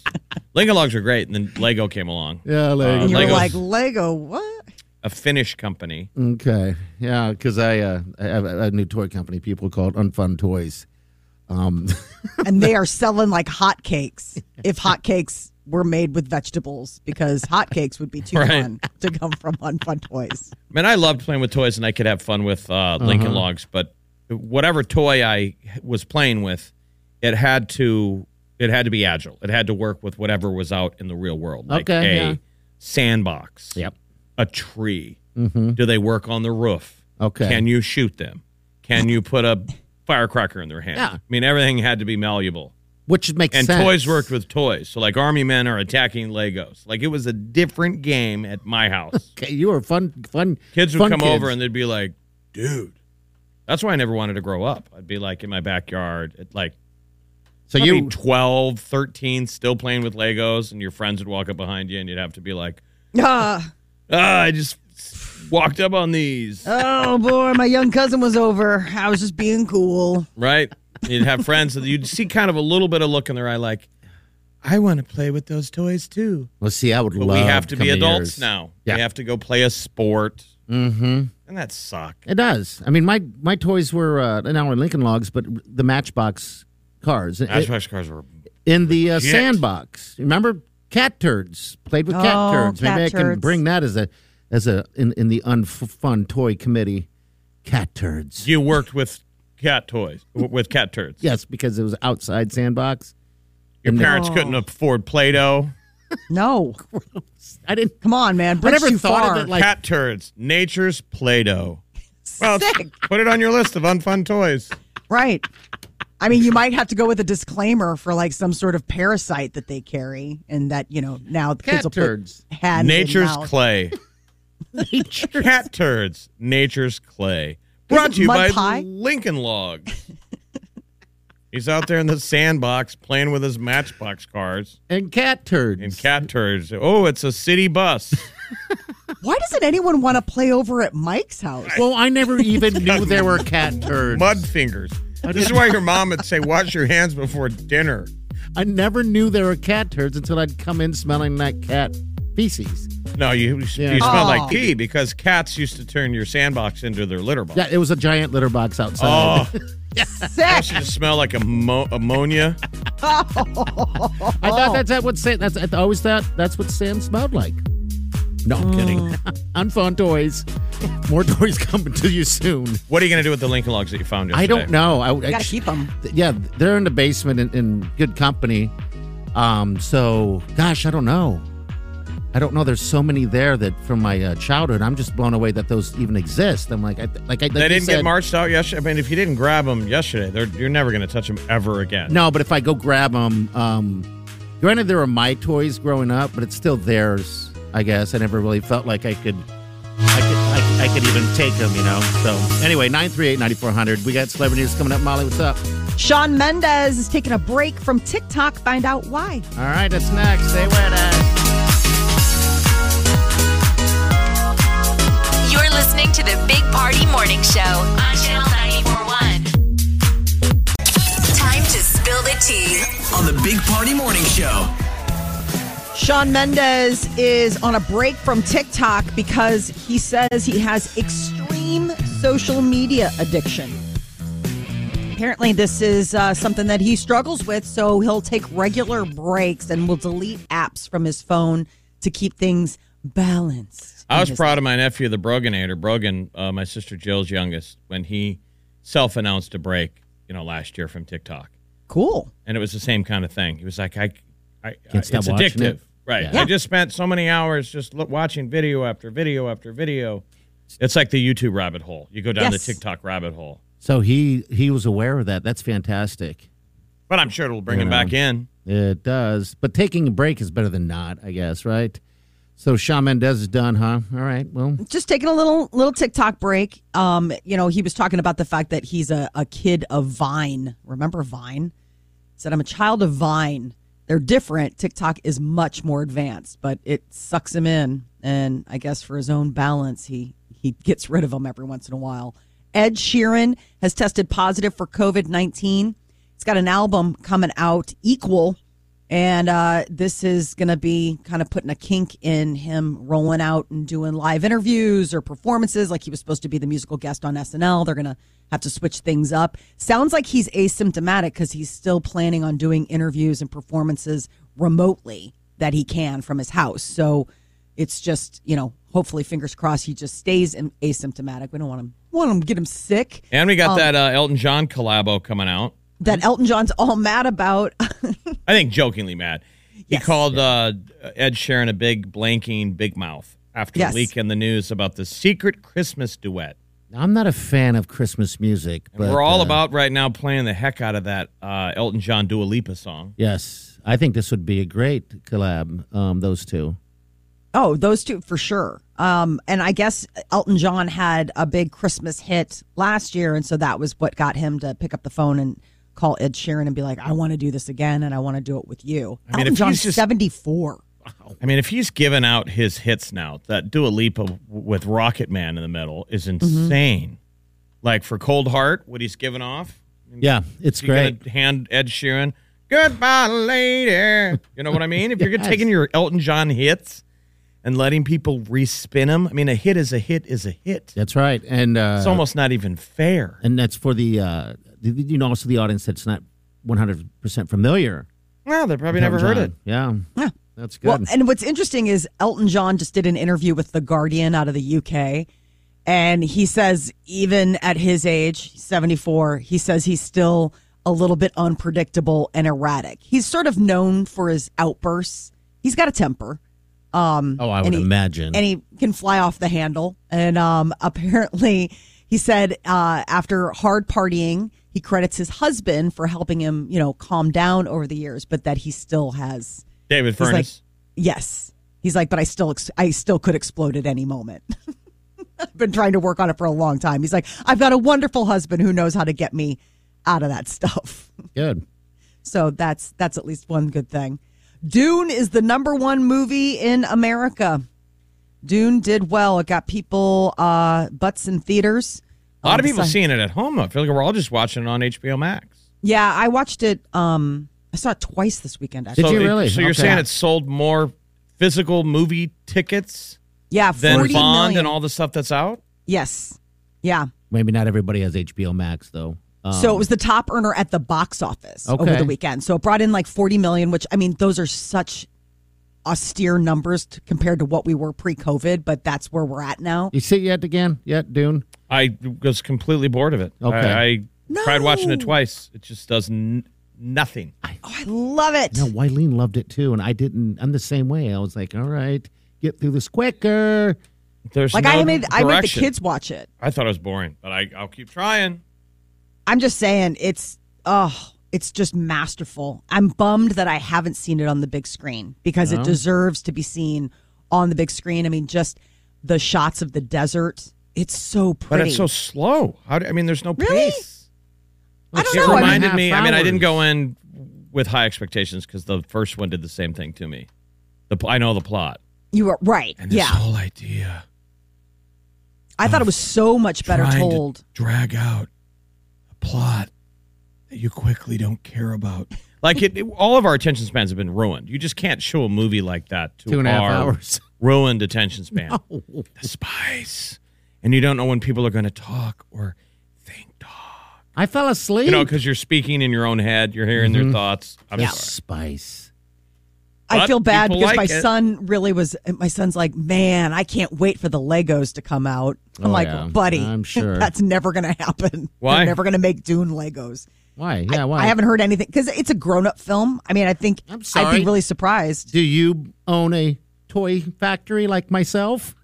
Speaker 4: Lincoln Logs are great, and then Lego came along.
Speaker 3: Yeah, Lego.
Speaker 5: And you're
Speaker 4: Legos.
Speaker 5: like, Lego, what?
Speaker 4: A Finnish company.
Speaker 3: Okay. Yeah, because I, uh, I have a new toy company people called Unfun Toys. Um,
Speaker 5: And they are selling like hotcakes. If hotcakes were made with vegetables, because hotcakes would be too
Speaker 4: Right.
Speaker 5: fun to come from on Fun Toys.
Speaker 4: Man, I loved playing with toys, and I could have fun with uh, Lincoln
Speaker 3: Uh-huh.
Speaker 4: Logs. But whatever toy I was playing with, it had to it had to be agile. It had to work with whatever was out in the real world, like
Speaker 3: Okay,
Speaker 4: a
Speaker 3: yeah.
Speaker 4: sandbox,
Speaker 3: Yep. Mm-hmm.
Speaker 4: a tree. Do they work on the roof?
Speaker 3: Okay.
Speaker 4: Can you shoot them? Can you put a firecracker in their hand?
Speaker 3: Yeah.
Speaker 4: I mean, everything had to be malleable.
Speaker 3: which makes
Speaker 4: And
Speaker 3: sense.
Speaker 4: toys worked with toys. So, like, army men are attacking Legos. Like, it was a different game at my house.
Speaker 3: Okay, you were fun, fun.
Speaker 4: Kids would
Speaker 3: fun
Speaker 4: come
Speaker 3: kids.
Speaker 4: over and they'd be like, dude. That's why I never wanted to grow up. I'd be like in my backyard at like
Speaker 3: so
Speaker 4: probably
Speaker 3: you
Speaker 4: 12, 13, still playing with Legos, and your friends would walk up behind you and you'd have to be like,
Speaker 5: Uh,
Speaker 4: ah, I just walked up on these.
Speaker 5: oh, boy. My young cousin was over. I was just being cool.
Speaker 4: right? You'd have friends that you'd see kind of a little bit of look in their eye, like, I want to play with those toys too.
Speaker 3: well, see, I would
Speaker 4: But
Speaker 3: love.
Speaker 4: we have to be
Speaker 3: come
Speaker 4: adults
Speaker 3: yours.
Speaker 4: now.
Speaker 3: Yeah.
Speaker 4: We have to go play a sport,
Speaker 3: Mm-hmm.
Speaker 4: and that sucks.
Speaker 3: It does. I mean, my my toys were uh, now in Lincoln Logs, but the Matchbox cars i-
Speaker 4: Matchbox cars were.
Speaker 3: in the uh,
Speaker 4: Shit.
Speaker 3: sandbox. Remember cat turds? Played with cat
Speaker 5: Oh,
Speaker 3: turds.
Speaker 5: cat
Speaker 3: Maybe I can
Speaker 5: turds.
Speaker 3: bring that as a as a in in the unfun toy committee. Cat turds.
Speaker 4: You worked with cat toys, w- with cat turds.
Speaker 3: Yes, because it was outside sandbox.
Speaker 4: Your parents couldn't afford Play Doh.
Speaker 5: No.
Speaker 3: I didn't.
Speaker 5: Come on, man.
Speaker 3: I
Speaker 5: Bridge
Speaker 3: never
Speaker 5: too
Speaker 3: thought
Speaker 5: far.
Speaker 3: of it like
Speaker 4: cat turds, nature's Play Doh. Well,
Speaker 5: Sick.
Speaker 4: put it on your list of unfun toys.
Speaker 5: Right. I mean, you might have to go with a disclaimer for like some sort of parasite that they carry, and that you know now the
Speaker 3: cat
Speaker 5: kids will put
Speaker 3: turds.
Speaker 5: hands in
Speaker 4: Nature's
Speaker 5: mouth.
Speaker 4: clay. Cat turds. Nature's clay. Brought to you
Speaker 5: mud
Speaker 4: by
Speaker 5: pie?
Speaker 4: Lincoln Logs. He's out there in the sandbox playing with his matchbox cars
Speaker 3: And cat turds.
Speaker 4: and cat turds. Oh, it's a city bus.
Speaker 5: Why doesn't anyone want to play over at Mike's house?
Speaker 3: well, I never even knew there were cat turds.
Speaker 4: Mud fingers. This is why your mom would say, wash your hands before dinner.
Speaker 3: I never knew there were cat turds until I'd come in smelling like cat feces.
Speaker 4: No, you,
Speaker 3: Yeah. Oh.
Speaker 4: you smell
Speaker 5: Aw.
Speaker 4: like pee because cats used to turn your sandbox into their litter box.
Speaker 3: Yeah, it was a giant litter box outside.
Speaker 4: Oh,
Speaker 5: Sick.
Speaker 4: you smell like ammo- ammonia.
Speaker 3: I thought that's that what Sam. That's I always thought that's what Sam smelled like. No, I'm Oh. kidding. Unfun toys. More toys coming to you soon.
Speaker 4: What are you going to do with the Lincoln Logs that you found yesterday?
Speaker 3: I don't know. I, I
Speaker 5: Gotta keep them.
Speaker 3: Yeah, they're in the basement in, in good company. Um, so gosh, I don't know. I don't know. There's so many there that from my uh, childhood, I'm just blown away that those even exist. I'm like, I, like I like
Speaker 4: they
Speaker 3: you
Speaker 4: didn't
Speaker 3: said,
Speaker 4: get marched out yesterday. I mean, if you didn't grab them yesterday, they're, you're never going to touch them ever again.
Speaker 3: No, but if I go grab them, um, granted, they were my toys growing up, but it's still theirs, I guess. I never really felt like I could. I could, I, I could even take them, you know? So, anyway, 938 9400. We got celebrity news coming up. Molly, what's up?
Speaker 5: Sean Mendez is taking a break from TikTok. Find out why.
Speaker 3: All right, that's next. Stay with us.
Speaker 2: You're listening to the Big Party Morning Show on Channel 941. Time to spill the tea.
Speaker 6: On the Big Party Morning Show.
Speaker 5: Sean Mendez is on a break from TikTok because he says he has extreme social media addiction. Apparently, this is uh, something that he struggles with, so he'll take regular breaks and will delete apps from his phone to keep things balanced.
Speaker 4: I was proud of my nephew, the Broganator. Brogan, uh, my sister Jill's youngest, when he self announced a break. you know, last year from TikTok,
Speaker 5: Cool.
Speaker 4: and it was the same kind of thing. He was like, I, I,
Speaker 3: Can't stop
Speaker 4: it's
Speaker 3: watching
Speaker 4: addictive,
Speaker 3: it.
Speaker 4: right?
Speaker 3: Yeah.
Speaker 4: I just spent so many hours just look, watching video after video after video. It's like the YouTube rabbit hole. You go down
Speaker 5: Yes.
Speaker 4: the TikTok rabbit hole,
Speaker 3: So he he was aware of that. That's fantastic.
Speaker 4: but I'm sure it'll bring him back in.
Speaker 3: It does, but taking a break is better than not, I guess, right? So Shawn Mendes is done, huh? All right. Well,
Speaker 5: Just taking a little little TikTok break. Um, you know, he was talking about the fact that he's a, a kid of Vine. Remember Vine? Said I'm a child of Vine. They're different. TikTok is much more advanced, but it sucks him in. And I guess for his own balance, he he gets rid of them every once in a while. Ed Sheeran has tested positive for COVID nineteen. He's got an album coming out, Equal, and uh, this is going to be kind of putting a kink in him rolling out and doing live interviews or performances. Like he was supposed to be the musical guest on SNL. They're going to have to switch things up. Sounds like he's asymptomatic because he's still planning on doing interviews and performances remotely that he can from his house. So it's just you know, hopefully, fingers crossed, he just stays in- asymptomatic. We don't want him want him to get him sick.
Speaker 4: And we got that uh, Elton John collabo coming out.
Speaker 5: That Elton John's all mad about.
Speaker 4: I think jokingly mad. He
Speaker 5: Yes.
Speaker 4: called uh, Ed Sheeran a big blanking big mouth after
Speaker 5: Yes.
Speaker 4: leaking the news about the secret Christmas duet.
Speaker 3: I'm not a fan of Christmas music,
Speaker 4: And
Speaker 3: but
Speaker 4: we're all
Speaker 3: uh,
Speaker 4: about right now playing the heck out of that uh, Elton John Dua Lipa song.
Speaker 3: Yes, I think this would be a great collab. Um, those two.
Speaker 5: Oh, those two for sure. Um, and I guess Elton John had a big Christmas hit last year, and so that was what got him to pick up the phone and call Ed Sheeran and be like, "I want to do this again, and I want to do it with you."
Speaker 4: I mean,
Speaker 5: Elton
Speaker 4: if
Speaker 5: John's
Speaker 4: he's just-
Speaker 5: seventy four.
Speaker 4: I mean, if he's giving out his hits now, that Dua Lipa w- with Rocket Man in the middle is
Speaker 3: Mm-hmm.
Speaker 4: insane. Like for Cold Heart, what he's giving off,
Speaker 3: Yeah, it's
Speaker 4: you're
Speaker 3: great.
Speaker 4: gonna hand Ed Sheeran goodbye later. You know what I mean? If you're
Speaker 3: Yes.
Speaker 4: taking your Elton John hits and letting people respin them, I mean, a hit is a hit is a hit.
Speaker 3: That's right, and uh,
Speaker 4: It's almost not even fair.
Speaker 3: and that's for the uh, the- the- you know also the audience that's not 100 percent familiar.
Speaker 4: Well, they probably never
Speaker 3: Elton
Speaker 4: heard
Speaker 3: John.
Speaker 4: it.
Speaker 3: Yeah,
Speaker 5: Yeah.
Speaker 3: that's good.
Speaker 5: Well, and what's interesting is Elton John just did an interview with The Guardian out of the UK, and he says even at his age, seventy four, he says he's still a little bit unpredictable and erratic. He's sort of known for his outbursts. He's got a temper. Um,
Speaker 3: oh, I
Speaker 5: and
Speaker 3: would
Speaker 5: he-
Speaker 3: imagine.
Speaker 5: and he can fly off the handle. And um, apparently, he said uh, after hard partying, he credits his husband for helping him, you know, calm down over the years, but that he still has.
Speaker 4: David
Speaker 5: He's like,
Speaker 4: Furnace.
Speaker 5: yes, he's like, but I still, ex- I still could explode at any moment. I've been trying to work on it for a long time. He's like, I've got a wonderful husband who knows how to get me out of that stuff.
Speaker 3: good.
Speaker 5: So that's that's at least one good thing. Dune is the number one movie in America. Dune did well. It got people uh, butts in theaters.
Speaker 4: a lot of
Speaker 5: Um,
Speaker 4: people
Speaker 5: so-
Speaker 4: seeing it at home. I feel like we're all just watching it on HBO Max.
Speaker 5: Yeah, I watched it. Um, I saw it twice this weekend. Actually,
Speaker 3: Did
Speaker 4: so
Speaker 3: you
Speaker 4: it-
Speaker 3: really?
Speaker 4: so you're
Speaker 3: Okay.
Speaker 4: saying it sold more physical movie tickets
Speaker 5: yeah,
Speaker 4: than
Speaker 5: forty
Speaker 4: Bond
Speaker 5: million.
Speaker 4: and all the stuff that's out?
Speaker 5: Yes, yeah.
Speaker 3: Maybe not everybody has HBO Max though. Um,
Speaker 5: so it was the top earner at the box office over
Speaker 3: Okay.
Speaker 5: the weekend. So it brought in like 40 million, which I mean, those are such austere numbers to, compared to what we were pre-COVID, but that's where we're at now.
Speaker 3: you see it yet again? Yet Dune?
Speaker 4: I was completely bored of it.
Speaker 3: Okay.
Speaker 4: I, I tried watching it
Speaker 5: No.
Speaker 4: twice. It just does n- nothing.
Speaker 5: Oh, I love it.
Speaker 3: No, Wileen loved it too, and I didn't. I'm the same way. I was like, all right, get through this quicker.
Speaker 4: There's
Speaker 5: Like
Speaker 4: no
Speaker 5: I made I made the
Speaker 4: direction.
Speaker 5: kids watch it.
Speaker 4: I thought it was boring, but I, I'll keep trying.
Speaker 5: I'm just saying it's oh, it's just masterful. I'm bummed that I haven't seen it on the big screen because it deserves to be seen on the big screen. I mean, just the shots of the desert. It's so
Speaker 4: But
Speaker 5: pretty.
Speaker 4: it's so slow. How do, I mean, there's no
Speaker 5: Really?
Speaker 4: pace.
Speaker 5: I don't
Speaker 4: it
Speaker 5: know. I mean-
Speaker 4: reminded me. I mean, I
Speaker 3: Half
Speaker 4: didn't
Speaker 3: hours.
Speaker 4: go in with high expectations because the first one did the same thing to me. The pl- I know the plot
Speaker 5: you were right.
Speaker 4: and this
Speaker 5: Yeah.
Speaker 4: whole idea.
Speaker 5: I thought it was so much better
Speaker 4: trying to
Speaker 5: told.
Speaker 4: drag out a plot that you quickly don't care about. Like it, it- all of our attention spans have been ruined. You just can't show a movie like that to
Speaker 3: Two and a half
Speaker 4: our
Speaker 3: hours.
Speaker 4: ruined attention span.
Speaker 5: Oh.
Speaker 4: The spice, and you don't know when people are going to talk or think talk.
Speaker 3: I fell asleep.
Speaker 4: You know, because you're speaking in your own head, you're hearing their thoughts. I'm
Speaker 3: yeah.
Speaker 4: sorry.
Speaker 3: spice.
Speaker 5: I
Speaker 4: But
Speaker 5: feel bad
Speaker 4: people
Speaker 5: because my
Speaker 4: like it.
Speaker 5: son really was. My son's like, man, I can't wait for the Legos to come out. I'm
Speaker 3: Oh,
Speaker 5: like,
Speaker 3: yeah.
Speaker 5: buddy,
Speaker 3: I'm sure.
Speaker 5: that's never going to happen.
Speaker 4: Why?
Speaker 5: They're never going to make Dune Legos
Speaker 3: Why? Yeah,
Speaker 5: I,
Speaker 3: why?
Speaker 5: I haven't heard anything because it's a grown-up film. I mean, I think
Speaker 3: I'm
Speaker 5: I'd
Speaker 3: sorry.
Speaker 5: be really surprised.
Speaker 3: Do you own a toy factory like myself?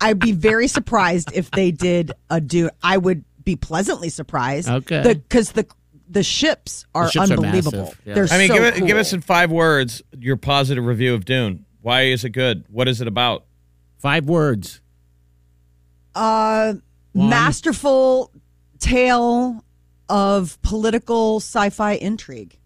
Speaker 5: I'd be very surprised if they did a dude. I would be pleasantly surprised.
Speaker 3: Okay.
Speaker 5: Because the, the ships are
Speaker 3: ships are
Speaker 5: unbelievable.
Speaker 3: massive, yeah.
Speaker 5: They're
Speaker 4: I mean,
Speaker 5: so
Speaker 4: give, it,
Speaker 5: cool.
Speaker 4: give us in five words your positive review of Dune. Why is it good? What is it about?
Speaker 3: Five words.
Speaker 5: uh,
Speaker 3: One.
Speaker 5: masterful tale of political sci-fi intrigue.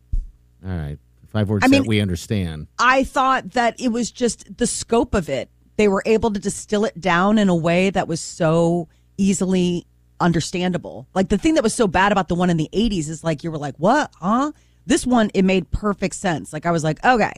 Speaker 3: All right. Five words
Speaker 5: I mean-
Speaker 3: that we understand.
Speaker 5: I thought that it was just the scope of it. They were able to distill it down in a way that was so easily understandable. Like the thing that was so bad about the one in the 80s is like you were like, "What? Huh?" This one it made perfect sense. Like I was like, "Okay,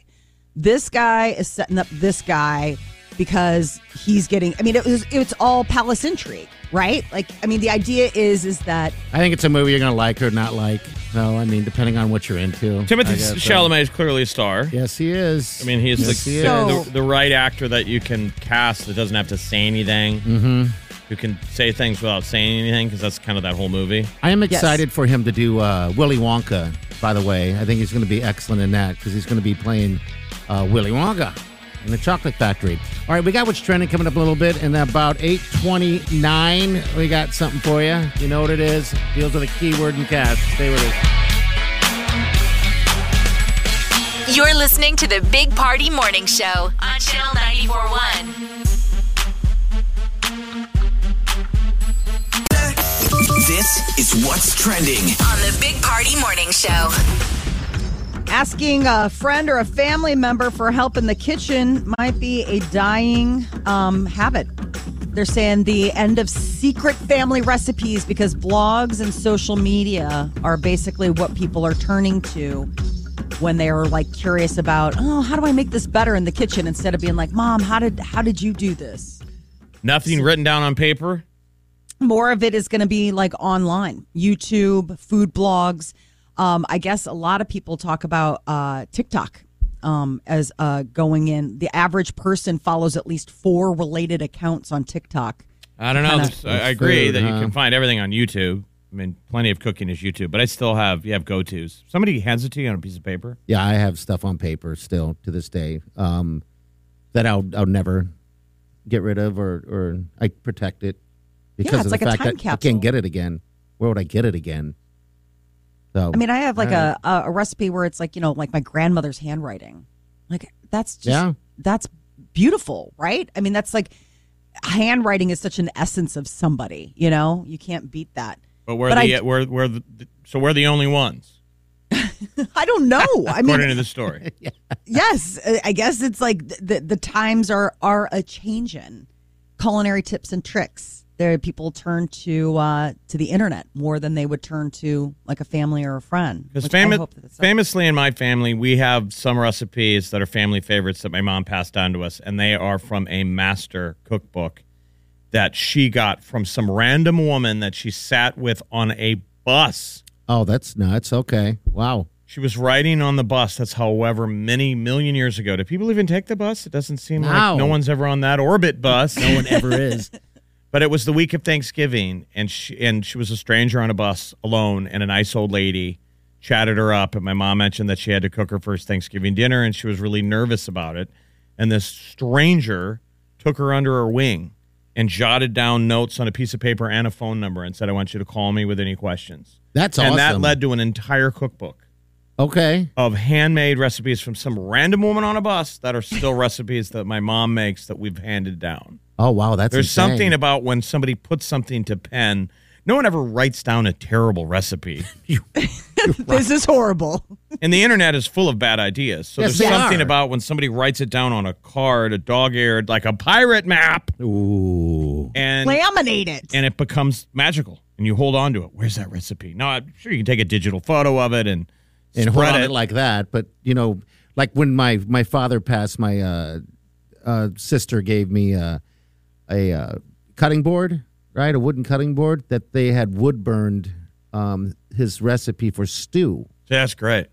Speaker 5: this guy is setting up this guy because he's getting I mean it was it's all palace intrigue, right? Like I mean the idea is is that
Speaker 3: I think it's a movie you're going to like or not like. No, I mean, depending on what you're into.
Speaker 4: Timothy
Speaker 3: I guess, uh,
Speaker 4: Chalamet is clearly a star.
Speaker 3: Yes, he is.
Speaker 4: I mean, he's
Speaker 3: yes,
Speaker 4: the,
Speaker 3: he is.
Speaker 5: so-
Speaker 4: the, the right actor that you can cast that doesn't have to say anything, mm-hmm. who can say things without saying anything, because that's kind of that whole movie.
Speaker 3: I am excited for him to do uh, Willy Wonka. By the way, I think he's going to be excellent in that because he's going to be playing uh, Willy Wonka in the Chocolate Factory. All right, we got what's trending coming up a little bit, and about eight twenty-nine, we got something for you. You know what it is? Deals with a keyword and cash. Stay with us.
Speaker 2: You're listening to the Big Party Morning Show on Channel 941.
Speaker 6: This is what's trending.
Speaker 2: On the Big Party Morning Show.
Speaker 5: asking a friend or a family member for help in the kitchen might be a dying um, habit. They're saying the end of secret family recipes because blogs and social media are basically what people are turning to when they are like curious about, oh, how do I make this better in the kitchen instead of being like, mom, how did how did you do this?
Speaker 4: Nothing written down on paper.
Speaker 5: more of it is going to be like online youtube food blogs um, i guess a lot of people talk about uh, tiktok um, as uh, going in the average person follows at least four related accounts on tiktok
Speaker 4: I don't know.
Speaker 5: Kinda-
Speaker 4: There's- I, I agree
Speaker 3: Food,
Speaker 4: that
Speaker 3: huh?
Speaker 4: you can find everything on YouTube. I mean, plenty of cooking is YouTube, but I still have you have go tos. Somebody hands it to you on a piece of paper.
Speaker 3: Yeah, I have stuff on paper still to this day um, that I'll I'll never get rid of or or I protect it because
Speaker 5: it's
Speaker 3: of
Speaker 5: like a
Speaker 3: the fact
Speaker 5: time
Speaker 3: that I
Speaker 5: capsule.
Speaker 3: can't get it again. Where would I get it again? So
Speaker 5: i mean i have like a, a, a recipe where it's like you know like my grandmother's handwriting like that's just
Speaker 3: Yeah.
Speaker 5: that's beautiful right i mean that's like handwriting is such an essence of somebody you know you can't beat that
Speaker 4: But we're
Speaker 5: But
Speaker 4: the
Speaker 5: I-
Speaker 4: we're, we're the, so we're the only ones
Speaker 5: i don't know i mean
Speaker 4: according to the story.
Speaker 5: yes, I- I guess it's like th- the the times are are a changing. Culinary tips and tricks. There, people turn to uh, to the internet more than they would turn to like a family or a friend.
Speaker 4: Because
Speaker 5: which I
Speaker 4: fami-
Speaker 5: hope that it's-
Speaker 4: famously in my family, we have some recipes that are family favorites that my mom passed on to us, and they are from a master cookbook that she got from some random woman that she sat with on a bus.
Speaker 3: oh, that's nuts. Okay, wow.
Speaker 4: She was riding on the bus. That's however many million years ago. Do people even take the bus? It doesn't seem
Speaker 3: No.
Speaker 4: like no one's ever on that orbit bus.
Speaker 3: No one ever is.
Speaker 4: But it was the week of Thanksgiving, and she and she was a stranger on a bus alone, and a nice old lady chatted her up. And my mom mentioned that she had to cook her first Thanksgiving dinner, and she was really nervous about it. And this stranger took her under her wing and jotted down notes on a piece of paper and a phone number, and said, "I want you to call me with any questions."
Speaker 3: That's
Speaker 4: and
Speaker 3: awesome.
Speaker 4: that led to an entire cookbook
Speaker 3: okay.
Speaker 4: of handmade recipes from some random woman on a bus that are still recipes that my mom makes that we've handed down.
Speaker 3: Oh wow, that's
Speaker 4: There's
Speaker 3: insane.
Speaker 4: something about when somebody puts something to pen. No one ever writes down a terrible recipe.
Speaker 5: this is horrible.
Speaker 4: and the internet is full of bad ideas. So
Speaker 3: Yes,
Speaker 4: there's
Speaker 3: they
Speaker 4: something
Speaker 3: are.
Speaker 4: about when somebody writes it down on a card, a dog eared, like a pirate map,
Speaker 3: Ooh,
Speaker 4: and
Speaker 5: Laminate it.
Speaker 4: and it becomes magical. And you hold on to it. Where's that recipe? Now, I'm sure you can take a digital photo of it and,
Speaker 3: and hold
Speaker 4: spread
Speaker 3: on
Speaker 4: it.
Speaker 3: it like that. But you know, like when my my father passed, my uh, uh, sister gave me uh, a uh, cutting board, right? A wooden cutting board that they had wood burned um, his recipe for stew.
Speaker 4: That's great.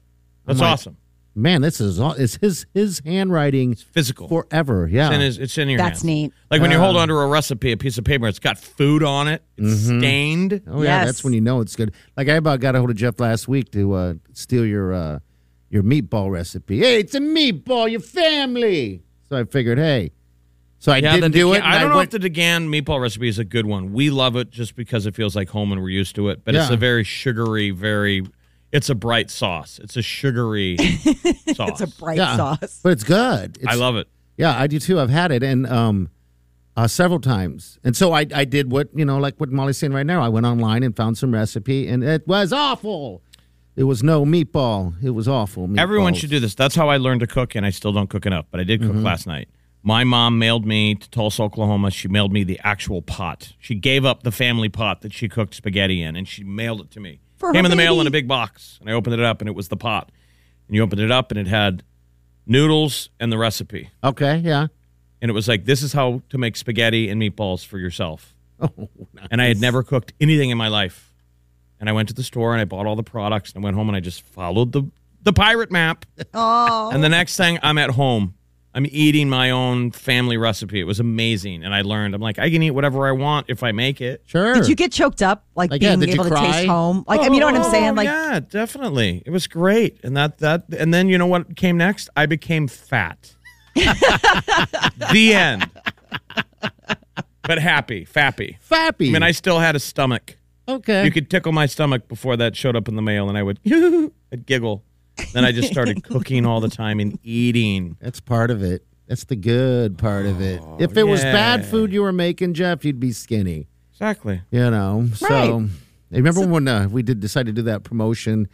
Speaker 4: That's
Speaker 3: like-
Speaker 4: awesome.
Speaker 3: man, this is all, it's his his handwriting
Speaker 4: physical.
Speaker 3: forever. Yeah,
Speaker 4: It's in, his, it's in your
Speaker 5: Oh. That's
Speaker 4: hands.
Speaker 5: neat. Oh.
Speaker 4: Like when you hold onto a recipe, a piece of paper, it's got food on it, it's stained.
Speaker 3: Oh yeah,
Speaker 5: Yes.
Speaker 3: that's when you know it's good. Like I about got a hold of Jeff last week to uh, steal your uh, your meatball recipe. Hey, it's a meatball, your family. So I figured, hey, so I didn't
Speaker 4: the
Speaker 3: do
Speaker 4: DeGan-
Speaker 3: it. and
Speaker 4: I don't know
Speaker 3: went-
Speaker 4: if the DeGan meatball recipe is a good one. We love it just because it feels like home and we're used to it. But it's
Speaker 3: Yeah.
Speaker 4: a very sugary, very. It's a bright sauce. It's a sugary
Speaker 5: It's
Speaker 4: sauce.
Speaker 5: a bright
Speaker 3: yeah,
Speaker 5: sauce.
Speaker 3: but it's good. It's,
Speaker 4: I love it.
Speaker 3: Yeah, I do too. I've had it and um, uh, several times, and so I I did what you know, like what Molly's saying right now. I went online and found some recipe, and it was awful. It was no meatball. It was awful.
Speaker 4: Everyone
Speaker 3: meatballs.
Speaker 4: should do this. That's how I learned to cook, and I still don't cook enough, but I did cook
Speaker 5: Mm-hmm.
Speaker 4: last night. My mom mailed me to Tulsa, Oklahoma. She mailed me the actual pot. She gave up the family pot that she cooked spaghetti in, and she mailed it to me.
Speaker 5: For
Speaker 4: Came
Speaker 5: her
Speaker 4: in the mail in
Speaker 5: baby.
Speaker 4: a big box, and I opened it up, and it was the pot. And you opened it up, and it had noodles and the recipe.
Speaker 3: Okay, yeah.
Speaker 4: And it was like, this is how to make spaghetti and meatballs for yourself. And I had never cooked anything in my life. And I went to the store and I bought all the products and I went home and I just followed the, the pirate map.
Speaker 5: Oh,
Speaker 4: And the next thing I'm at home, I'm eating my own family recipe. It was amazing. And I learned, I'm like, I can eat whatever I want if I make it.
Speaker 3: Sure.
Speaker 5: did you get choked up like,
Speaker 3: Like, yeah,
Speaker 5: being
Speaker 3: did you
Speaker 5: able to
Speaker 3: cry?
Speaker 5: taste home? Like, I mean, you know what I'm saying?
Speaker 4: Oh,
Speaker 5: Like,
Speaker 4: yeah, definitely. It was great. And that, that, and then you know what came next? I became fat. the end. But happy, fappy.
Speaker 3: fappy?
Speaker 4: I mean, I still had a stomach.
Speaker 3: okay.
Speaker 4: You could tickle my stomach before that showed up in the mail, and I would I'd giggle. Then I just started cooking all the time and eating.
Speaker 3: That's part of it. That's the good part of it. If it was
Speaker 4: Oh, yeah.
Speaker 3: bad food you were making, Jeff, you'd be skinny.
Speaker 4: Exactly.
Speaker 3: You know. So
Speaker 5: Right.
Speaker 3: I remember when uh, we did decide to do that promotion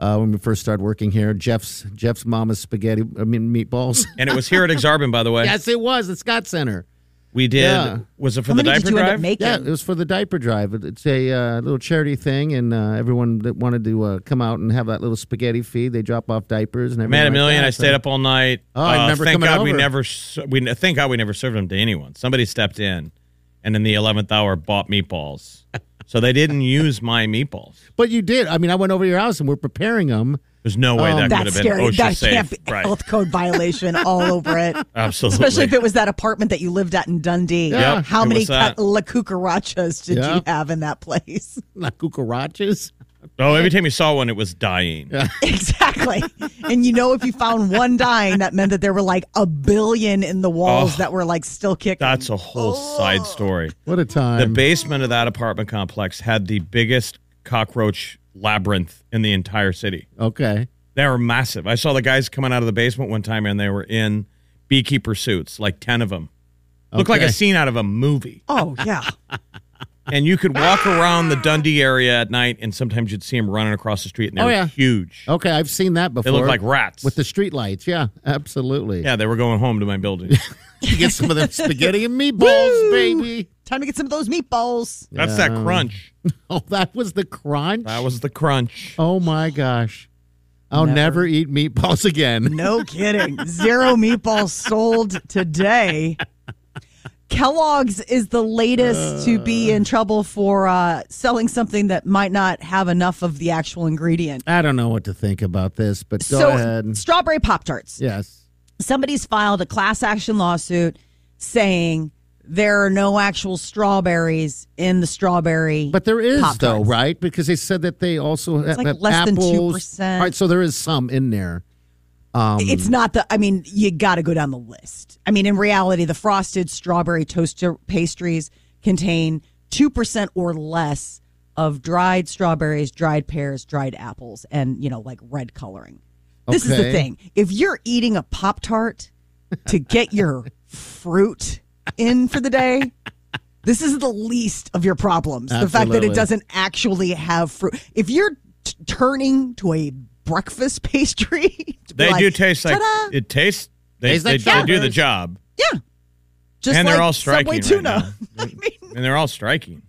Speaker 3: uh, when we first started working here. Jeff's Jeff's mama's spaghetti. I mean meatballs.
Speaker 4: And it was here at Exarban, by the way.
Speaker 3: yes, it was the Scott Center.
Speaker 4: We did.
Speaker 3: Yeah.
Speaker 4: Was it for
Speaker 5: how
Speaker 4: the
Speaker 5: many
Speaker 4: diaper
Speaker 5: did you end
Speaker 4: drive?
Speaker 5: up making?
Speaker 3: Yeah, it was for the diaper drive. It- It's a uh, little charity thing, and uh, everyone that wanted to uh, come out and have that little spaghetti feed, they drop off diapers and everything.
Speaker 4: I made a
Speaker 3: like
Speaker 4: million.
Speaker 3: that,
Speaker 4: I
Speaker 3: so-
Speaker 4: stayed up all night. Uh,
Speaker 3: Oh, I remember
Speaker 4: thank
Speaker 3: coming
Speaker 4: God we
Speaker 3: over.
Speaker 4: never. s- We thank God we never served them to anyone. Somebody stepped in, and in the eleventh hour bought meatballs. so they didn't use my meatballs.
Speaker 3: But you did. I mean, I went over to your house and we're preparing them.
Speaker 4: There's no way that could
Speaker 5: Oh, That's
Speaker 4: have been
Speaker 5: scary.
Speaker 4: OSHA
Speaker 5: That
Speaker 4: safe.
Speaker 5: can't be
Speaker 4: right.
Speaker 5: health code violation all over it.
Speaker 4: Absolutely.
Speaker 5: Especially if it was that apartment that you lived at in Dundee.
Speaker 3: Yeah. Yep,
Speaker 5: How
Speaker 4: it
Speaker 5: many
Speaker 4: was that.
Speaker 5: ca- la cucarachas did
Speaker 3: Yeah.
Speaker 5: you have in that place?
Speaker 3: Not cucarachas.
Speaker 4: oh, every time you saw one, it was dying.
Speaker 5: exactly. And you know, if you found one dying, that meant that there were like a billion in the walls
Speaker 4: Oh.
Speaker 5: that were like still kicking.
Speaker 4: That's a whole
Speaker 5: Oh.
Speaker 4: side story.
Speaker 3: What a
Speaker 4: The
Speaker 3: time.
Speaker 4: basement of that apartment complex had the biggest cockroach labyrinth in the entire city.
Speaker 3: okay.
Speaker 4: They were massive. I saw the guys coming out of the basement one time and they were in beekeeper suits, like 10 of them. Looked like
Speaker 3: Okay.
Speaker 4: a scene out of a movie.
Speaker 5: oh, yeah.
Speaker 4: And you could walk around the Dundee area at night and sometimes you'd see them running across the street and they
Speaker 3: Oh,
Speaker 4: were
Speaker 3: yeah.
Speaker 4: huge.
Speaker 3: Okay, I've seen that
Speaker 4: They
Speaker 3: before.
Speaker 4: looked like rats.
Speaker 3: with the street lights. Yeah, absolutely.
Speaker 4: yeah, they were going home to my building.
Speaker 3: You get some of them spaghetti and meatballs, baby.
Speaker 5: Time to get some of those meatballs.
Speaker 4: That's that
Speaker 3: Yeah.
Speaker 4: crunch.
Speaker 3: Oh, that was the crunch.
Speaker 4: That was the crunch.
Speaker 3: Oh my gosh. I'll never, eat meatballs again.
Speaker 5: No kidding. Zero meatballs sold today. Kellogg's is the latest to be in trouble for uh, selling something that might not have enough of the actual ingredient.
Speaker 3: I don't know what to think about this, but go
Speaker 5: so,
Speaker 3: ahead.
Speaker 5: strawberry Pop Tarts.
Speaker 3: Yes.
Speaker 5: Somebody's filed a class action lawsuit saying there are no actual strawberries in the strawberry.
Speaker 3: But there is
Speaker 5: Pop-Tarts.
Speaker 3: though, right? Because they said that they also have,
Speaker 5: like
Speaker 3: have
Speaker 5: less than
Speaker 3: apples.
Speaker 5: 2%.
Speaker 3: All right, so there is some in there. Um,
Speaker 5: it's not the, I mean, you got to go down the list. I mean, in reality, the frosted strawberry toaster pastries contain 2% or less of dried strawberries, dried pears, dried apples, and, you know, like red coloring. This is
Speaker 3: Okay.
Speaker 5: the thing. If you're eating a Pop Tart to get your fruit in for the day, this is the least of your problems. The fact that
Speaker 3: Absolutely.
Speaker 5: it doesn't actually have fruit. If you're t- turning to a breakfast pastry, to be
Speaker 4: They
Speaker 5: like,
Speaker 4: do taste like
Speaker 5: "Ta-da!"
Speaker 4: it tastes. They,
Speaker 3: Tastes
Speaker 4: they,
Speaker 3: like
Speaker 4: they do the
Speaker 3: strawberries.
Speaker 4: job,
Speaker 5: yeah. Just
Speaker 4: and
Speaker 5: like
Speaker 4: they're all
Speaker 5: Subway
Speaker 4: striking right now.
Speaker 5: tuna. I mean,
Speaker 4: and they're all striking.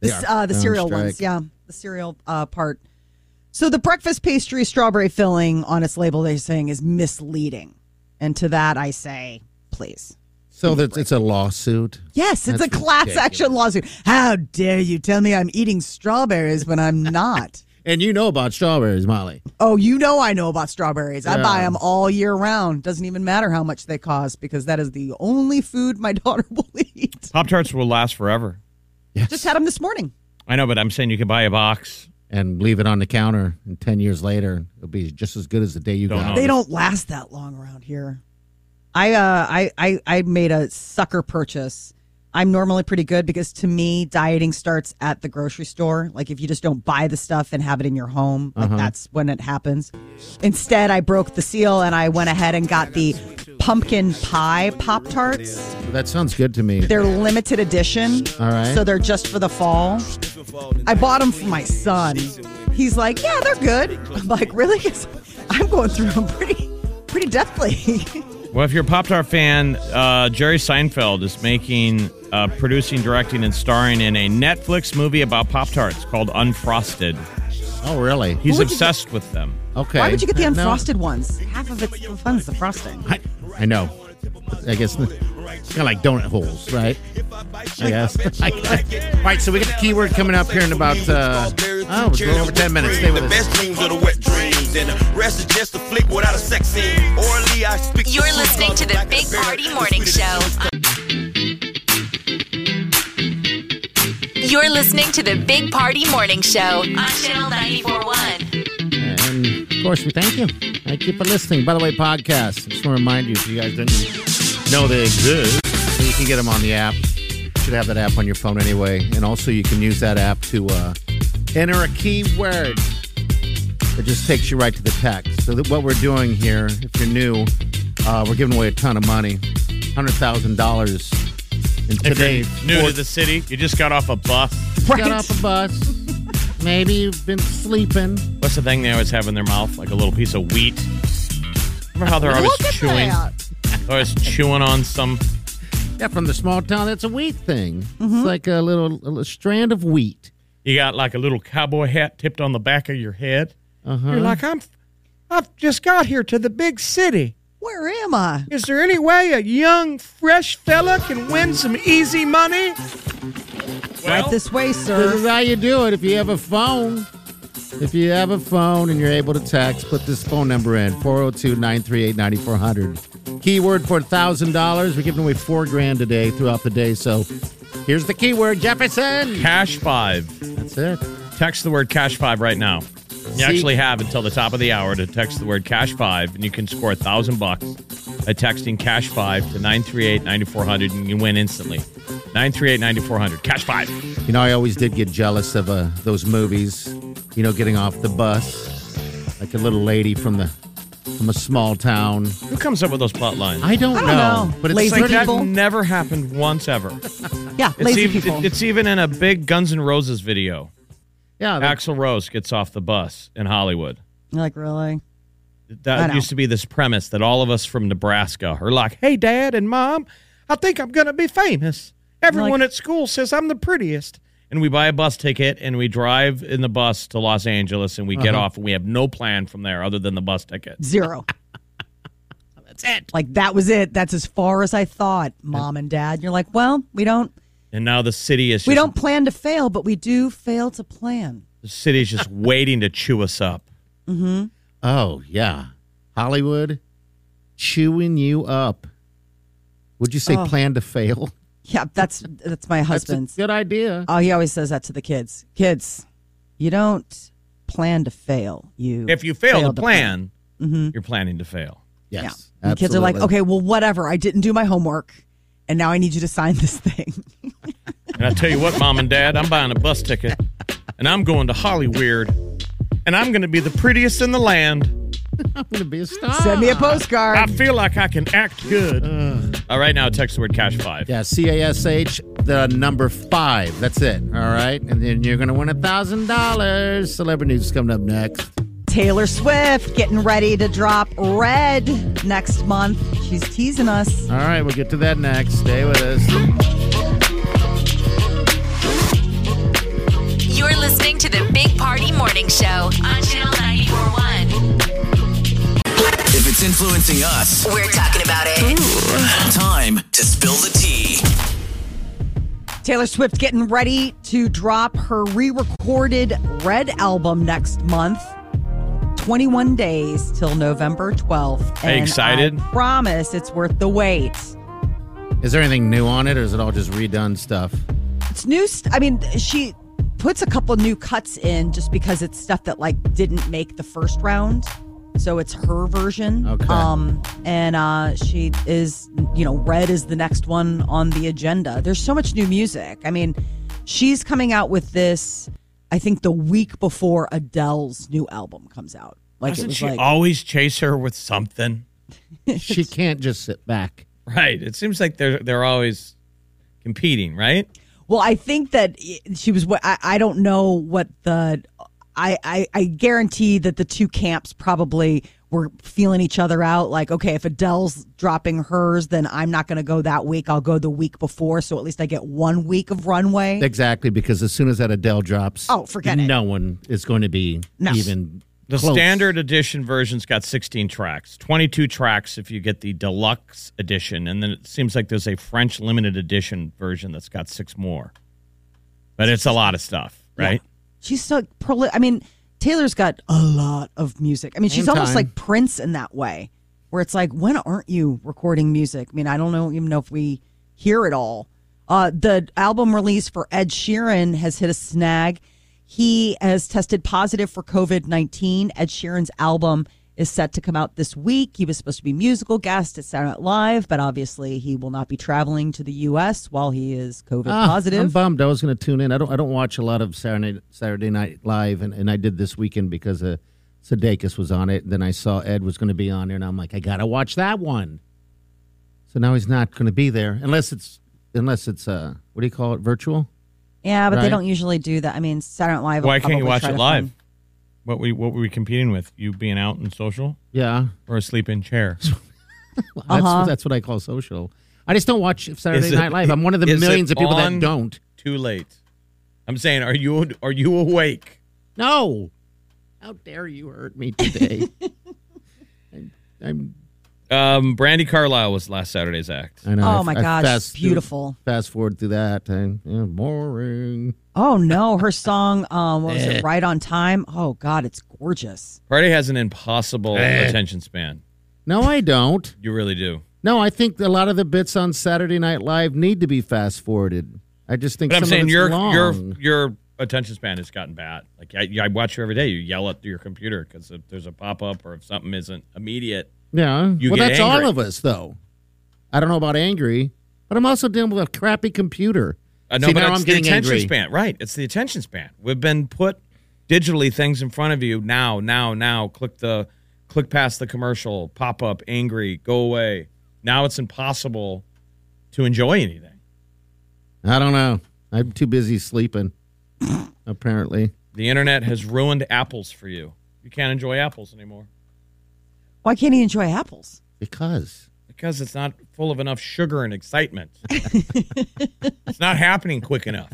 Speaker 3: They
Speaker 5: the,
Speaker 3: are
Speaker 5: uh, the
Speaker 3: on
Speaker 5: cereal
Speaker 3: strike.
Speaker 5: ones. Yeah, the cereal uh, part. So the breakfast pastry strawberry filling on its label, they're saying is misleading, and to that I say, please.
Speaker 3: So that it's a lawsuit.
Speaker 5: Yes, it's
Speaker 3: That's
Speaker 5: a class
Speaker 3: ridiculous.
Speaker 5: action lawsuit. How dare you tell me I'm eating strawberries when I'm not?
Speaker 3: And you know about strawberries, Molly.
Speaker 5: Oh, you know I know about strawberries. I
Speaker 3: Yeah.
Speaker 5: buy them all year round. Doesn't even matter how much they cost because that is the only food my daughter will eat.
Speaker 4: Pop Tarts will last forever.
Speaker 3: Yes.
Speaker 5: Just had them this morning.
Speaker 4: I know, but I'm saying you can buy a box.
Speaker 3: and leave it on the counter, and ten years later, it'll be just as good as the day you
Speaker 4: Don't
Speaker 3: got.
Speaker 4: know.
Speaker 3: it.
Speaker 5: They don't last that long around here. I uh I, I I made a sucker purchase. I'm normally pretty good because to me dieting starts at the grocery store. Like if you just don't buy the stuff and have it in your home, like that's when it happens. Instead, I broke the seal and I went ahead and got the pumpkin pie pop tarts.
Speaker 3: That sounds good to me.
Speaker 5: They're limited edition.
Speaker 3: All right.
Speaker 5: So they're just for the fall. I bought them for my son. He's like, yeah, they're good. I'm like, really? 'Cause I'm going through them pretty, pretty deathly.
Speaker 4: Well, if you're a Pop Tart fan, uh, Jerry Seinfeld is making, uh, producing, directing, and starring in a Netflix movie about Pop Tarts called Unfrosted.
Speaker 3: oh, really?
Speaker 4: He's
Speaker 5: would you
Speaker 4: obsessed with them.
Speaker 3: okay.
Speaker 5: Why would you get the
Speaker 3: No.
Speaker 5: unfrosted ones? Half of it's the fun's the frosting.
Speaker 3: I, I know. I guess kind of like donut holes, right? I guess. I guess. All right, so we got the keyword coming up here in about uh, oh, it's a little over ten minutes. Stay with
Speaker 8: The
Speaker 3: us.
Speaker 8: best dreams are the wet dreams, and the rest is just a flick without a sex scene. Orally, I speak.
Speaker 2: You're
Speaker 8: truth
Speaker 2: listening
Speaker 8: on
Speaker 2: to the
Speaker 8: back of
Speaker 2: Big
Speaker 8: barrel.
Speaker 2: Party
Speaker 8: The
Speaker 2: Morning
Speaker 8: sweetest
Speaker 2: Show.
Speaker 8: juice
Speaker 2: You're listening to the Big Party Morning Show on Channel 941.
Speaker 3: And of course, we thank you. Thank you for listening. By the way, podcasts. I just want to remind you if you guys didn't know they exist, you can get them on the app. You should have that app on your phone anyway. And also, you can use that app to uh, enter a keyword. It just takes you right to the text. So that what we're doing here, if you're new, uh, we're giving away a ton of money, hundred thousand dollars. And
Speaker 4: If
Speaker 3: today,
Speaker 4: you're new to the city, you just got off a bus.
Speaker 3: got off a bus. Maybe you've been sleeping.
Speaker 4: What's the thing they always have in their mouth? Like a little piece of wheat. Remember how they're always chewing? They're always chewing on some.
Speaker 3: Yeah, from the small town, that's a wheat thing.
Speaker 5: Mm-hmm.
Speaker 3: It's like a little, a little strand of wheat.
Speaker 4: You got like a little cowboy hat tipped on the back of your head. You're like, I'm, I've just got here to the big city.
Speaker 5: Where am I?
Speaker 4: Is there any way a young, fresh fella can win some easy money?
Speaker 5: Right this way,
Speaker 3: This
Speaker 5: sir.
Speaker 3: is how you do it. If you have a phone, if you have a phone and you're able to text, put this phone number in 402 938 9400. Keyword for $1,000. We're giving away four grand today throughout the day. So here's the keyword Jefferson.
Speaker 4: Cash five.
Speaker 3: That's it.
Speaker 4: Text the word cash five right now. You actually have until the top of the hour to text the word cash five, and you can score a thousand bucks by texting cash five to 938 9400, and you win instantly. 938 9400. Cash five.
Speaker 3: You know, I always did get jealous of uh, those movies, you know, getting off the bus like a little lady from the. From a small town.
Speaker 4: Who comes up with those plot lines?
Speaker 3: I don't,
Speaker 5: I don't know.
Speaker 3: But it's
Speaker 5: Lazy
Speaker 3: sort of-
Speaker 4: that
Speaker 5: people.
Speaker 4: never happened once ever. It's
Speaker 5: Yeah, lazy
Speaker 4: even,
Speaker 5: people.
Speaker 4: It's even in a big Guns N' Roses video.
Speaker 3: Yeah, that-
Speaker 4: Axl Rose gets off the bus in Hollywood.
Speaker 5: You're like, really? I know.
Speaker 4: That used to be this premise that all of us from Nebraska are like, hey, dad and mom, I think I'm going to be famous. Everyone at school says I'm the prettiest. And we buy a bus ticket and we drive in the bus to Los Angeles and we get off and we have no plan from there other than the bus ticket.
Speaker 5: Zero. That's it. Like, that was it. That's as far as I thought, mom and dad. You're like, well, we don't.
Speaker 4: And now the city is just,
Speaker 5: We don't plan to fail, but we do fail to plan.
Speaker 4: the city is just waiting to chew us up.
Speaker 3: Oh yeah, Hollywood chewing you up. Would you say plan to fail? Uh,
Speaker 5: Yeah, Oh. that's that's my husband's.
Speaker 3: That's a good idea.
Speaker 5: oh, he always says that to the kids. Kids, you don't plan to fail. You
Speaker 4: If you fail, to plan,
Speaker 5: Mhm.
Speaker 4: you're planning to fail.
Speaker 5: Yeah.
Speaker 3: Yes,
Speaker 5: And kids are like,
Speaker 3: absolutely.
Speaker 5: okay, well, whatever. I didn't do my homework, and now I need you to sign this thing.
Speaker 4: And I tell you what, mom and dad, I'm buying a bus ticket and I'm going to Hollyweird and I'm going to be the prettiest in the land.
Speaker 3: I'm gonna be a star.
Speaker 5: Send me a
Speaker 4: I
Speaker 5: postcard.
Speaker 4: feel like I can act good. All Uh, right, now text the word cash five.
Speaker 3: Yeah, C A S H, the number five. That's it. All right, and then you're gonna win a thousand dollars. Celebrity news coming up next.
Speaker 5: Taylor Swift getting ready to drop Red next month. She's teasing us.
Speaker 3: All right, we'll get to that next. Stay with us.
Speaker 2: You're listening to the Big Party Morning Show on Channel 941.
Speaker 6: If it's influencing us,
Speaker 2: We're talking about it.
Speaker 6: time to spill the tea.
Speaker 5: Taylor Swift getting ready to drop her re recorded Red album next month. 21 days till November 12th.
Speaker 4: Are you excited?
Speaker 5: I promise it's worth the wait.
Speaker 3: Is there anything new on it, or is it all just redone stuff?
Speaker 5: It's new. St- I mean, she puts a couple new cuts in just because it's stuff that like didn't make the first round. So it's her version.
Speaker 3: Okay.
Speaker 5: Um, and uh, she is, you know, Red is the next one on the agenda. There's so much new music. I mean, she's coming out with this, I think, the week before Adele's new album comes out. Like it
Speaker 4: Doesn't
Speaker 5: was
Speaker 4: she
Speaker 5: like,
Speaker 4: always chase her with something?
Speaker 3: She can't just sit back.
Speaker 4: Right. It seems like they're they're always competing, right?
Speaker 5: Well, I think that she was. what- I, I don't know what the. I, I I guarantee that the two camps probably were feeling each other out. Like, okay, if Adele's dropping hers, then I'm not going to go that week. I'll go the week before, so at least I get one week of runway.
Speaker 3: Exactly, because as soon as that Adele drops,
Speaker 5: Oh, forget it.
Speaker 3: no one is going to be
Speaker 5: No.
Speaker 3: even
Speaker 4: The
Speaker 3: close.
Speaker 4: standard edition version's got 16 tracks, 22 tracks if you get the deluxe edition, and then it seems like there's a French limited edition version that's got six more. But it's a lot of stuff, right?
Speaker 5: She's so proli- I mean, Taylor's got a lot of music. I mean, she's
Speaker 3: Same
Speaker 5: almost
Speaker 3: time.
Speaker 5: like Prince in that way, where it's like, when aren't you recording music? I mean, I don't know even know if we hear it all. Uh, the album release for Ed Sheeran has hit a snag. He has tested positive for COVID 19. Ed Sheeran's album is set to come out this week. He was supposed to be musical guest at Saturday Night Live, but obviously he will not be traveling to the U.S. while he is COVID
Speaker 3: Ah, I'm
Speaker 5: positive.
Speaker 3: bummed. I was going to tune in. I don't. I don't watch a lot of Saturday Saturday Night Live, and, and I did this weekend because uh, Sudeikis was on it. Then I saw Ed was going to be on there, and I'm like, I gotta watch that one. So now he's not going to be there unless it's unless it's uh what do you call it virtual?
Speaker 5: Yeah, but they
Speaker 3: Right.
Speaker 5: don't usually do that. I mean, Saturday Night Live. will
Speaker 4: Why can't you
Speaker 5: probably
Speaker 4: watch
Speaker 5: try
Speaker 4: it
Speaker 5: to
Speaker 4: live?
Speaker 5: find-
Speaker 4: What we what were we competing with? You being out and social
Speaker 3: Yeah,
Speaker 4: or asleep in chair?
Speaker 3: Well, that's
Speaker 5: Uh-huh.
Speaker 3: that's what I call social. I just don't watch Saturday
Speaker 4: Is it-
Speaker 3: Night Live. I'm one of the
Speaker 4: is it
Speaker 3: millions of people
Speaker 4: on?
Speaker 3: that don't.
Speaker 4: Too late. I'm saying, are you are you awake?
Speaker 3: No, how dare you hurt me today? I, I'm
Speaker 4: Um, Brandy Carlisle was last Saturday's act.
Speaker 3: I know.
Speaker 5: Oh
Speaker 3: I-
Speaker 5: my
Speaker 3: I
Speaker 5: gosh,
Speaker 3: fast through-
Speaker 5: beautiful.
Speaker 3: fast forward through that, and yeah, boring.
Speaker 5: Oh no, her song. Um, what was
Speaker 4: Eh.
Speaker 5: it? Right on time. Oh God, it's gorgeous.
Speaker 4: Friday has an impossible attention span.
Speaker 3: No, I don't.
Speaker 4: You really do.
Speaker 3: No, I think a lot of the bits on Saturday Night Live need to be fast forwarded. I just think.
Speaker 4: But I'm
Speaker 3: some
Speaker 4: saying
Speaker 3: of it's
Speaker 4: your
Speaker 3: long.
Speaker 4: your your attention span has gotten bad. Like I, I watch you every day. You yell at your computer because if there's a pop up or if something isn't immediate.
Speaker 3: yeah.
Speaker 4: you
Speaker 3: well,
Speaker 4: get
Speaker 3: that's
Speaker 4: angry.
Speaker 3: all of us, though. I don't know about angry, but I'm also dealing with a crappy computer.
Speaker 4: Uh, no,
Speaker 3: See,
Speaker 4: but
Speaker 3: now
Speaker 4: it's
Speaker 3: I'm
Speaker 4: the
Speaker 3: getting
Speaker 4: attention
Speaker 3: angry.
Speaker 4: span. Right, it's the attention span. We've been put digitally things in front of you now, now, now. Click the click past the commercial pop up. Angry, go away. Now it's impossible to enjoy anything.
Speaker 3: I don't know. I'm too busy sleeping. apparently,
Speaker 4: The internet has ruined apples for you. You can't enjoy apples anymore
Speaker 5: Why can't he enjoy apples?
Speaker 3: because
Speaker 4: because it's not full of enough sugar and excitement. it's not happening quick enough.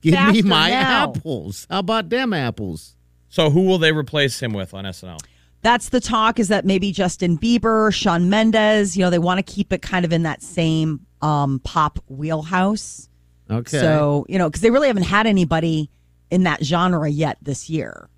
Speaker 3: give
Speaker 5: Faster
Speaker 3: me my
Speaker 5: now.
Speaker 3: apples. How about them apples?
Speaker 4: So who will they replace him with on SNL?
Speaker 5: That's the talk. Is that maybe Justin Bieber, Sean Mendez? You know, they want to keep it kind of in that same um, pop wheelhouse.
Speaker 3: Okay.
Speaker 5: So you know, because they really haven't had anybody in that genre yet this year.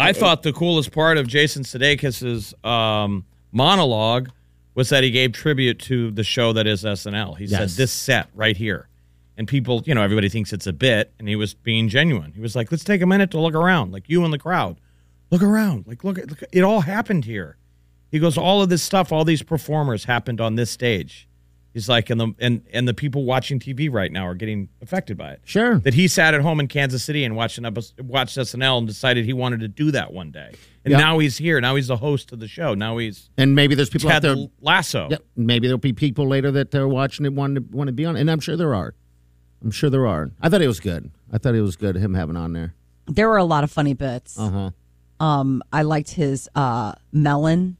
Speaker 4: I thought the coolest part of Jason Sudeikis's um, monologue was that he gave tribute to the show that is SNL. He
Speaker 3: Yes.
Speaker 4: said this set right here, and people, you know, everybody thinks it's a bit, and he was being genuine. He was like, "Let's take a minute to look around, like you in the crowd, look around, like look, at- look it all happened here." He goes, "All of this stuff, all these performers happened on this stage." He's like, and the and and the people watching TV right now are getting affected by it
Speaker 3: sure.
Speaker 4: that he sat at home in Kansas City and watched an episode, watched SNL and decided he wanted to do that one day. And
Speaker 3: Yeah.
Speaker 4: now he's here. Now he's the host of the show. Now he's
Speaker 3: And maybe there's people out
Speaker 4: Ted
Speaker 3: there.
Speaker 4: Lasso.
Speaker 3: Yep. Maybe there'll be people later that are watching it want to want to be on, and I'm sure there are. I'm sure there are. I thought it was good. I thought it was good him having on there.
Speaker 5: There were a lot of funny bits.
Speaker 3: Uh huh.
Speaker 5: Um, I liked his uh, Melon,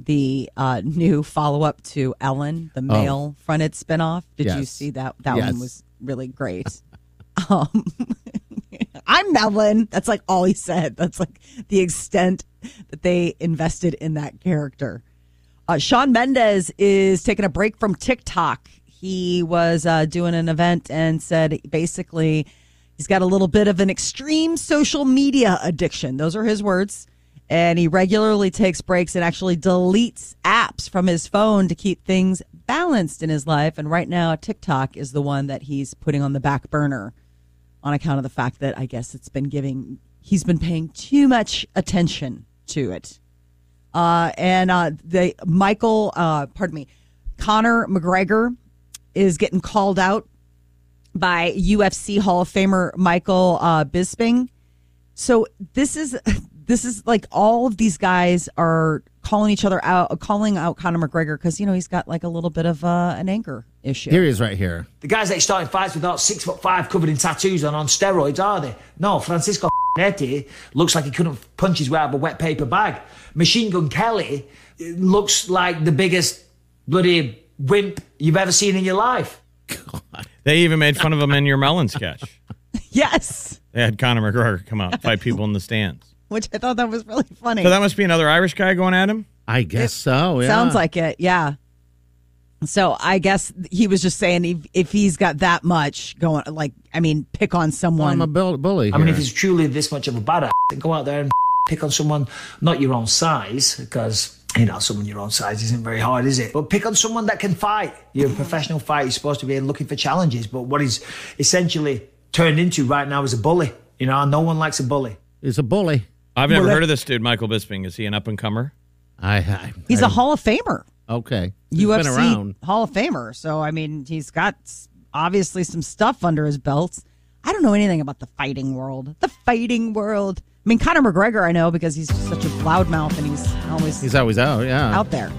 Speaker 5: the uh, new follow up to Ellen, the male fronted spinoff. Did you
Speaker 3: Oh. Yes.
Speaker 5: see that? That
Speaker 3: Yes.
Speaker 5: one was really great. um, I'm Melon. That's like all he said. That's like the extent that they invested in that character. Uh, Sean Mendez is taking a break from TikTok. He was uh, doing an event and said basically he's got a little bit of an extreme social media addiction. Those are his words. And he regularly takes breaks and actually deletes apps from his phone to keep things balanced in his life. And right now, TikTok is the one that he's putting on the back burner on account of the fact that I guess it's been giving, he's been paying too much attention to it. Uh, and uh, the Michael, uh, pardon me, Connor McGregor is getting called out by UFC Hall of Famer Michael uh, Bisping. So this is this is like all of these guys are calling each other out, calling out Conor McGregor because you know he's got like a little bit of uh, an anger issue.
Speaker 3: Here he is right here.
Speaker 9: The guys that he started fights with not six foot five, covered in tattoos and on steroids, are they? No, Francisco Nettie looks like he couldn't punch his way out of a wet paper bag. Machine Gun Kelly looks like the biggest bloody wimp you've ever seen in your life.
Speaker 4: They even made fun of him in your melon sketch.
Speaker 5: yes,
Speaker 4: They had Conor McGregor come out, fight people in the stands.
Speaker 5: which I thought that was really funny.
Speaker 4: So that must be another Irish guy going at him.
Speaker 3: I guess so. Yeah.
Speaker 5: Sounds like it, yeah. So I guess he was just saying if, if he's got that much going, like I mean, pick on
Speaker 3: Well,
Speaker 5: someone.
Speaker 3: I'm a bull- bully.
Speaker 9: I mean,
Speaker 3: here.
Speaker 9: if he's truly this much of a badass, then go out there and pick on someone not your own size, because you know someone your own size isn't very hard, is it? But pick on someone that can fight. You're a professional fighter. You're supposed to be looking for challenges, but what he's essentially turned into right now is a bully. You know, no one likes a bully.
Speaker 3: he's a bully.
Speaker 4: I've never heard of this dude, Michael Bisping. Is he an up and comer?
Speaker 3: I, I
Speaker 5: he's
Speaker 3: a
Speaker 5: a Hall of Famer.
Speaker 3: okay. He's
Speaker 5: UFC
Speaker 3: been around.
Speaker 5: Hall of Famer. So I mean, he's got s- obviously some stuff under his belts. I don't know anything about the fighting world. The fighting world. I mean, Conor McGregor, I know because he's just such a loudmouth and he's always
Speaker 3: He's always out. Yeah.
Speaker 5: out there.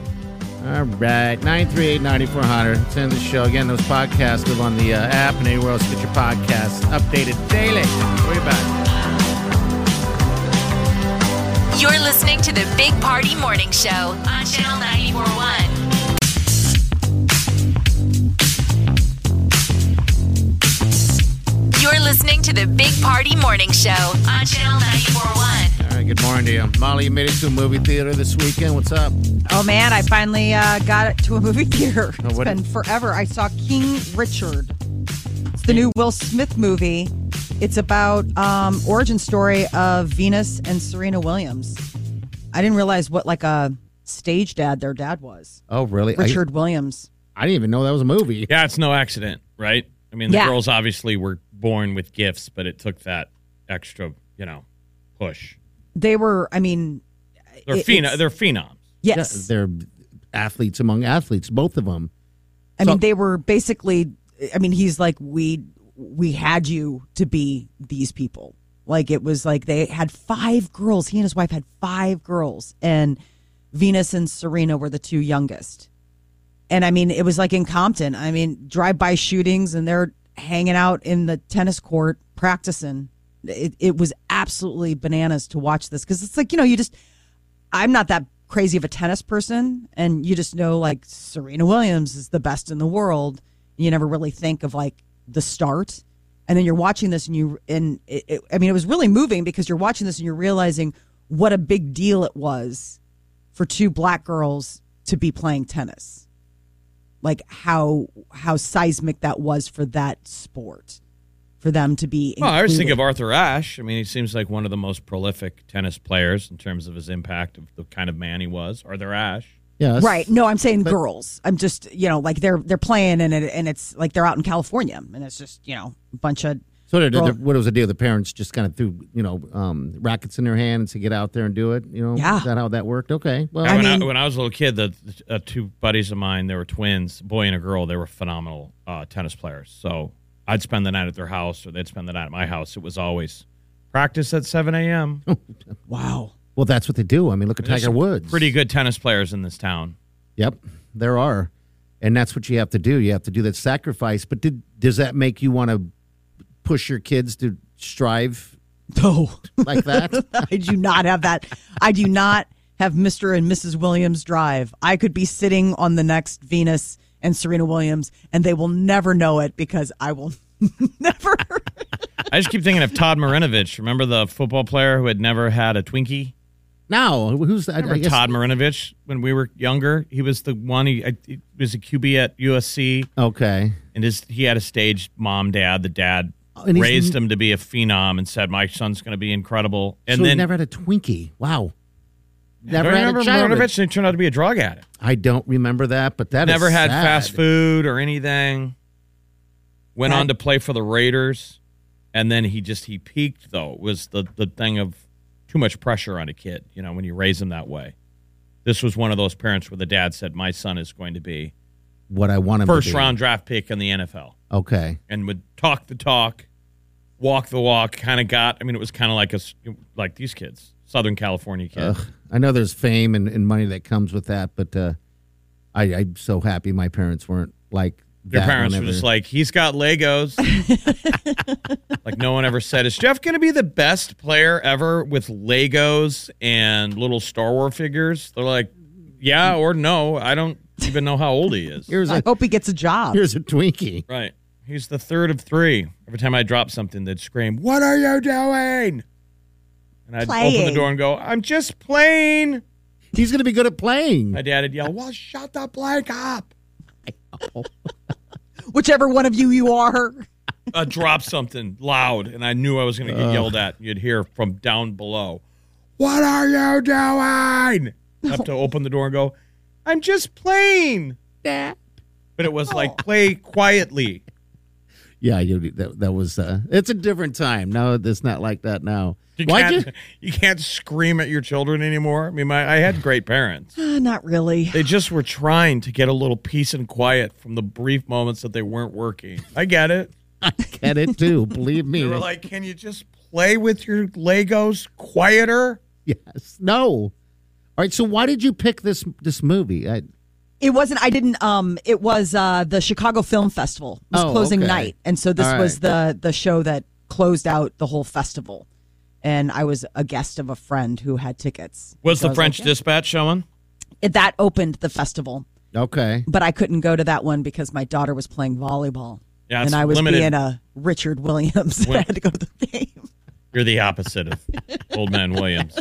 Speaker 3: All right. 938 9400. It's in the show. Again, those podcasts live on the uh, app and anywhere else. you Get your podcasts updated daily. Way back.
Speaker 2: You're listening to the Big Party Morning Show on Channel 941. You're listening to the Big Party Morning Show on Channel 941.
Speaker 3: All right. Good morning to you. Molly, you made it to a movie theater this weekend. What's up?
Speaker 5: Oh man, I finally uh, got it to a movie theater. It's
Speaker 3: what-
Speaker 5: been forever. I saw King Richard. It's the new Will Smith movie. It's about um, origin story of Venus and Serena Williams. I didn't realize what like a stage dad their dad was.
Speaker 3: Oh, really? I-
Speaker 5: Richard Williams.
Speaker 3: I, didn't even know that was a movie.
Speaker 4: Yeah, it's no accident, right? I mean, the
Speaker 5: Yeah.
Speaker 4: girls obviously were born with gifts, but it took that extra, you know, push.
Speaker 5: They were. I mean,
Speaker 4: They're
Speaker 5: It-
Speaker 4: pheno-
Speaker 5: it's-
Speaker 4: They're phenoms.
Speaker 5: yes.
Speaker 3: They're athletes among athletes, both of them.
Speaker 5: I mean, they were basically. I mean, he's like, we we had you to be these people. Like it was like they had five girls. He and his wife had five girls, and Venus and Serena were the two youngest. And I mean, it was like in Compton. I mean, drive-by shootings, and they're hanging out in the tennis court practicing. It, it was absolutely bananas to watch this because it's like you know you just I'm not that crazy of a tennis person, and you just know like Serena Williams is the best in the world. You never really think of like the start, and then you're watching this, and you and it, it, I mean, it was really moving because you're watching this and you're realizing what a big deal it was for two black girls to be playing tennis, like how how seismic that was for that sport, for them to be.
Speaker 4: Well, I always think
Speaker 5: included.
Speaker 4: of Arthur Ashe. I mean, he seems like one of the most prolific tennis players in terms of his impact of the kind of man he was. Arthur Ashe.
Speaker 3: Yes.
Speaker 5: Right. No, I'm saying
Speaker 3: But-
Speaker 5: girls. I'm just you know like they're they're playing and it, and it's like they're out in California and it's just you know a bunch of
Speaker 3: So did, did
Speaker 5: Well-
Speaker 3: the, what was the deal? The parents just kind of threw, you know, um, rackets in their hands to get out there and do it. You know,
Speaker 5: Yeah.
Speaker 3: is that how that worked? Okay. Well,
Speaker 4: And when,
Speaker 5: mean-
Speaker 4: I, when I was a little kid, the, the, uh, two buddies of mine, they were twins, a boy and a girl. They were phenomenal uh, tennis players. So I'd spend the night at their house, or they'd spend the night at my house. It was always practice at seven a.m.
Speaker 5: wow.
Speaker 3: well, that's what they do. I mean, look at
Speaker 4: There's
Speaker 3: Tiger
Speaker 4: some
Speaker 3: Woods.
Speaker 4: Pretty good tennis players in this town.
Speaker 3: Yep, there are, and that's what you have to do. You have to do that sacrifice. But did, does that make you want to push your kids to strive
Speaker 5: No,
Speaker 3: like that?
Speaker 5: I do not have that. I do not have Mr. and Mrs. Williams drive. I could be sitting on the next Venus and Serena Williams and they will never know it because I will never.
Speaker 4: I just keep thinking of Todd Marinovich. Remember the football player who had never had a Twinkie?
Speaker 3: Now, who's that?
Speaker 4: Remember Todd Marinovich when we were younger? He was the one. He, I- he was a QB at USC,
Speaker 3: Okay.
Speaker 4: and his he had a stage mom, dad. The dad
Speaker 3: Oh, and he's-
Speaker 4: raised him to be a phenom and said, "My son's going to be incredible." And
Speaker 3: so he
Speaker 4: then
Speaker 3: never had a Twinkie. Wow.
Speaker 4: Do
Speaker 3: Never
Speaker 4: you
Speaker 3: had
Speaker 4: remember
Speaker 3: a childhood.
Speaker 4: Marinovich, and he turned out to be a drug addict.
Speaker 3: I don't remember that, but that is
Speaker 4: never had
Speaker 3: sad.
Speaker 4: fast food or anything. Went
Speaker 3: That-
Speaker 4: on to play for the Raiders, and then he just he peaked though was the the thing of too much pressure on a kid. You know when you raise him that way. This was one of those parents where the dad said, "My son is going to be
Speaker 3: What I want him to
Speaker 4: first
Speaker 3: be.
Speaker 4: round draft pick in the NFL,"
Speaker 3: Okay.
Speaker 4: and would talk the talk, walk the walk. Kind of got. I mean, it was kind of like us like these kids, Southern California kids.
Speaker 3: Ugh. I know there's fame and, and money that comes with that, but uh, I, I'm so happy my parents weren't like
Speaker 4: Your
Speaker 3: that
Speaker 4: parents were
Speaker 3: whenever-
Speaker 4: just like, he's got Legos. like no one ever said, is Jeff going to be the best player ever with Legos and little Star Wars figures? They're like, yeah or no. I don't even know how old he is.
Speaker 3: Here's
Speaker 5: I
Speaker 3: a,
Speaker 5: hope he gets a job.
Speaker 3: here's a Twinkie.
Speaker 4: right. He's the third of three. Every time I drop something, they'd scream, what are you doing? And I'd open the
Speaker 5: Playing.
Speaker 4: door and go, I'm just playing.
Speaker 3: He's going to be good at playing.
Speaker 4: My dad would yell, well, shut the blank up.
Speaker 5: Whichever one of you you are.
Speaker 4: uh, drop something loud, and I knew I was going to get yelled at. You'd hear from down below, "What are you doing?" I have to open the door and go, "I'm just playing." But it was like play quietly.
Speaker 3: Yeah, you, that, that was. Uh, it's a different time. No, it's not like that now.
Speaker 4: You
Speaker 3: Why'd
Speaker 4: can't, you can't scream at your children anymore. I mean, my, I had great parents.
Speaker 5: Uh, Not really.
Speaker 4: They just were trying to get a little peace and quiet from the brief moments that they weren't working. I get it.
Speaker 3: you get it too? Believe me.
Speaker 4: They were like, "Can you just play with your Legos quieter?"
Speaker 3: yes. No. All right. So why did you pick this this movie? I,
Speaker 5: It wasn't. I didn't. Um. It was uh the Chicago Film Festival It was
Speaker 3: Oh,
Speaker 5: closing
Speaker 3: okay.
Speaker 5: night, and so this
Speaker 3: All
Speaker 5: was the the show that closed out the whole festival. And I was a guest of a friend who had tickets.
Speaker 4: Was
Speaker 5: So I
Speaker 4: the French
Speaker 5: like, yeah.
Speaker 4: Dispatch showing?
Speaker 5: It- that opened the festival,
Speaker 3: okay.
Speaker 5: but I couldn't go to that one because my daughter was playing volleyball.
Speaker 4: Yeah, it's
Speaker 5: and I was
Speaker 4: limited.
Speaker 5: being uh, a Richard Williams. and I had to go to the game.
Speaker 4: You're the opposite of old man Williams.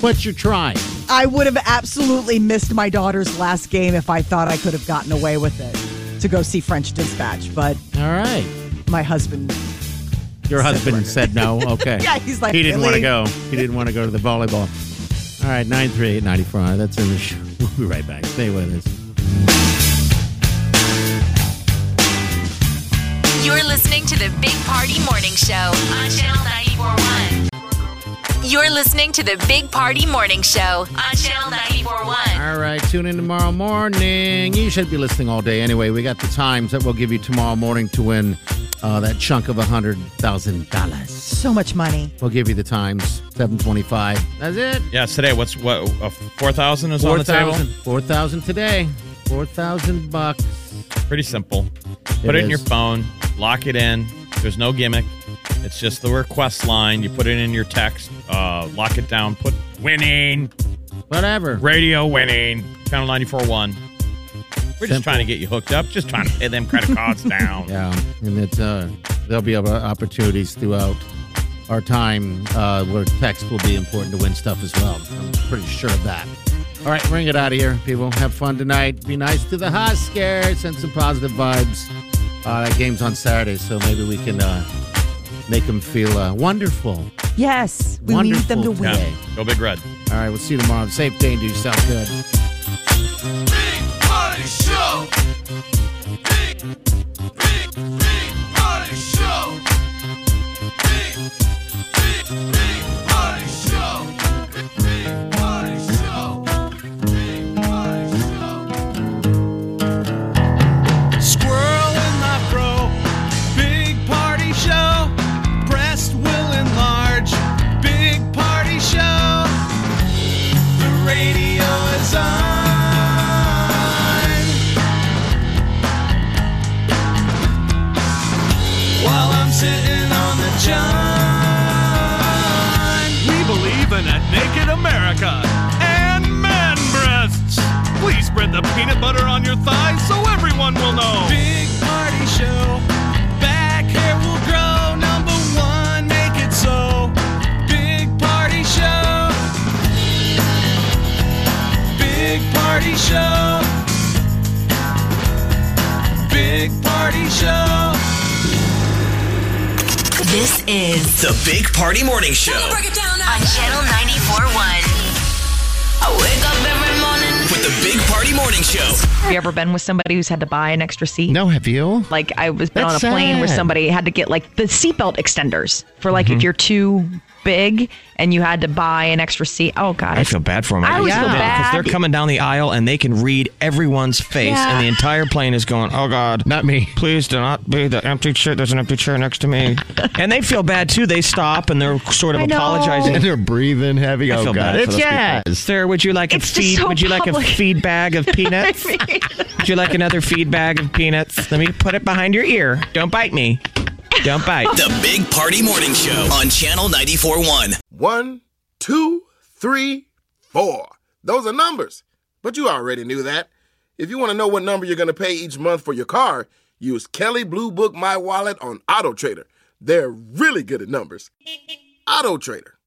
Speaker 3: But you're trying.
Speaker 5: I would have absolutely missed my daughter's last game if I thought I could have gotten away with it to go see French Dispatch, but
Speaker 3: All right.
Speaker 5: my husband
Speaker 3: Your husband said no. Okay.
Speaker 5: Yeah, he's like,
Speaker 3: he didn't want to
Speaker 5: "Really?"
Speaker 3: go. He didn't want to go to the volleyball. All right, nine three eight ninety five. That's in the show. We'll be right back. Stay with us.
Speaker 2: You're listening to the Big Party Morning Show on Channel 941. You're listening to the Big Party Morning Show on Channel 941.
Speaker 3: All right, tune in tomorrow morning. You should be listening all day anyway. We got the times that we'll give you tomorrow morning to win uh, that chunk of a hundred thousand dollars.
Speaker 5: so much money.
Speaker 3: We'll give you the times seven twenty-five. That's it.
Speaker 4: Yeah, it's today what's what uh, four thousand is on
Speaker 3: Four
Speaker 4: the table.
Speaker 3: thousand. Four thousand today. Four thousand bucks.
Speaker 4: Pretty simple. Put it, in
Speaker 3: is.
Speaker 4: your phone. Lock it in. There's no gimmick. It's just the request line. You put it in your text. Uh, lock it down. Put winning
Speaker 3: Whatever.
Speaker 4: radio winning channel ninety four one.
Speaker 3: Simple.
Speaker 4: We're just trying to get you hooked up. Just trying to pay them credit cards down.
Speaker 3: Yeah, and it's uh, there'll be other opportunities throughout our time uh, where text will be important to win stuff as well. I'm pretty sure of that. All right, bring it out of here, people. Have fun tonight. Be nice to the Huskers. Send some positive vibes. Uh, that game's on Saturday, so maybe we can uh, make them feel uh, wonderful.
Speaker 5: Yes, we
Speaker 3: wonderful
Speaker 5: need them to win.
Speaker 3: today.
Speaker 4: Go big red.
Speaker 3: All right, we'll see you tomorrow. Safe day and do yourself good.
Speaker 8: Big Party Show. Big, big, big Party Show. Big, big, big Party Show. Big, big Party Show. Big Party Show. Squirrel in my fro. Big Party Show. Breast will enlarge. Big Party Show. The radio is on. While I'm sitting on the john.
Speaker 1: We believe in a naked America and man breasts. Please spread the peanut butter on your thighs so everyone will know.
Speaker 8: Big party show. Back hair will grow. Number one, make it so. Big party show.
Speaker 4: Big Party Show.
Speaker 2: This is
Speaker 6: The Big Party Morning Show
Speaker 2: on Channel 94.1. I wake up every morning.
Speaker 6: with the Big Party Morning Show.
Speaker 5: Have you ever been with somebody who's had to buy an extra seat?
Speaker 3: No, have you?
Speaker 5: Like I was been on a
Speaker 3: That's
Speaker 5: plane with
Speaker 3: sad.
Speaker 5: somebody had to get like the seatbelt extenders for like if you're too big and you had to buy an extra seat. Oh god,
Speaker 9: I feel bad for them.
Speaker 5: I always feel
Speaker 9: because
Speaker 5: bad.
Speaker 9: they're coming down the aisle and they can read everyone's face,
Speaker 5: Yeah.
Speaker 9: and the entire plane is going, "Oh God, not me! Please do not be the empty chair. There's an empty chair next to me." and they feel bad too. They stop and they're sort of
Speaker 5: I know.
Speaker 9: apologizing.
Speaker 5: And
Speaker 9: they're breathing heavy.
Speaker 3: Oh, God, it's
Speaker 9: yeah. Sir, would you like
Speaker 5: It's
Speaker 9: a
Speaker 5: just
Speaker 9: feed?
Speaker 5: so
Speaker 9: would you like
Speaker 5: public.
Speaker 9: a feed bag of peanuts?
Speaker 5: I mean-
Speaker 9: would you like another feed bag of peanuts? Let me put it behind your ear. Don't bite me. Don't bite.
Speaker 6: The Big Party Morning Show on Channel 94.1.
Speaker 1: One, two, three, four. Those are numbers, but you already knew that. If you want to know what number you're going to pay each month for your car, use Kelly Blue Book My Wallet on Auto Trader. They're really good at numbers. Auto Trader.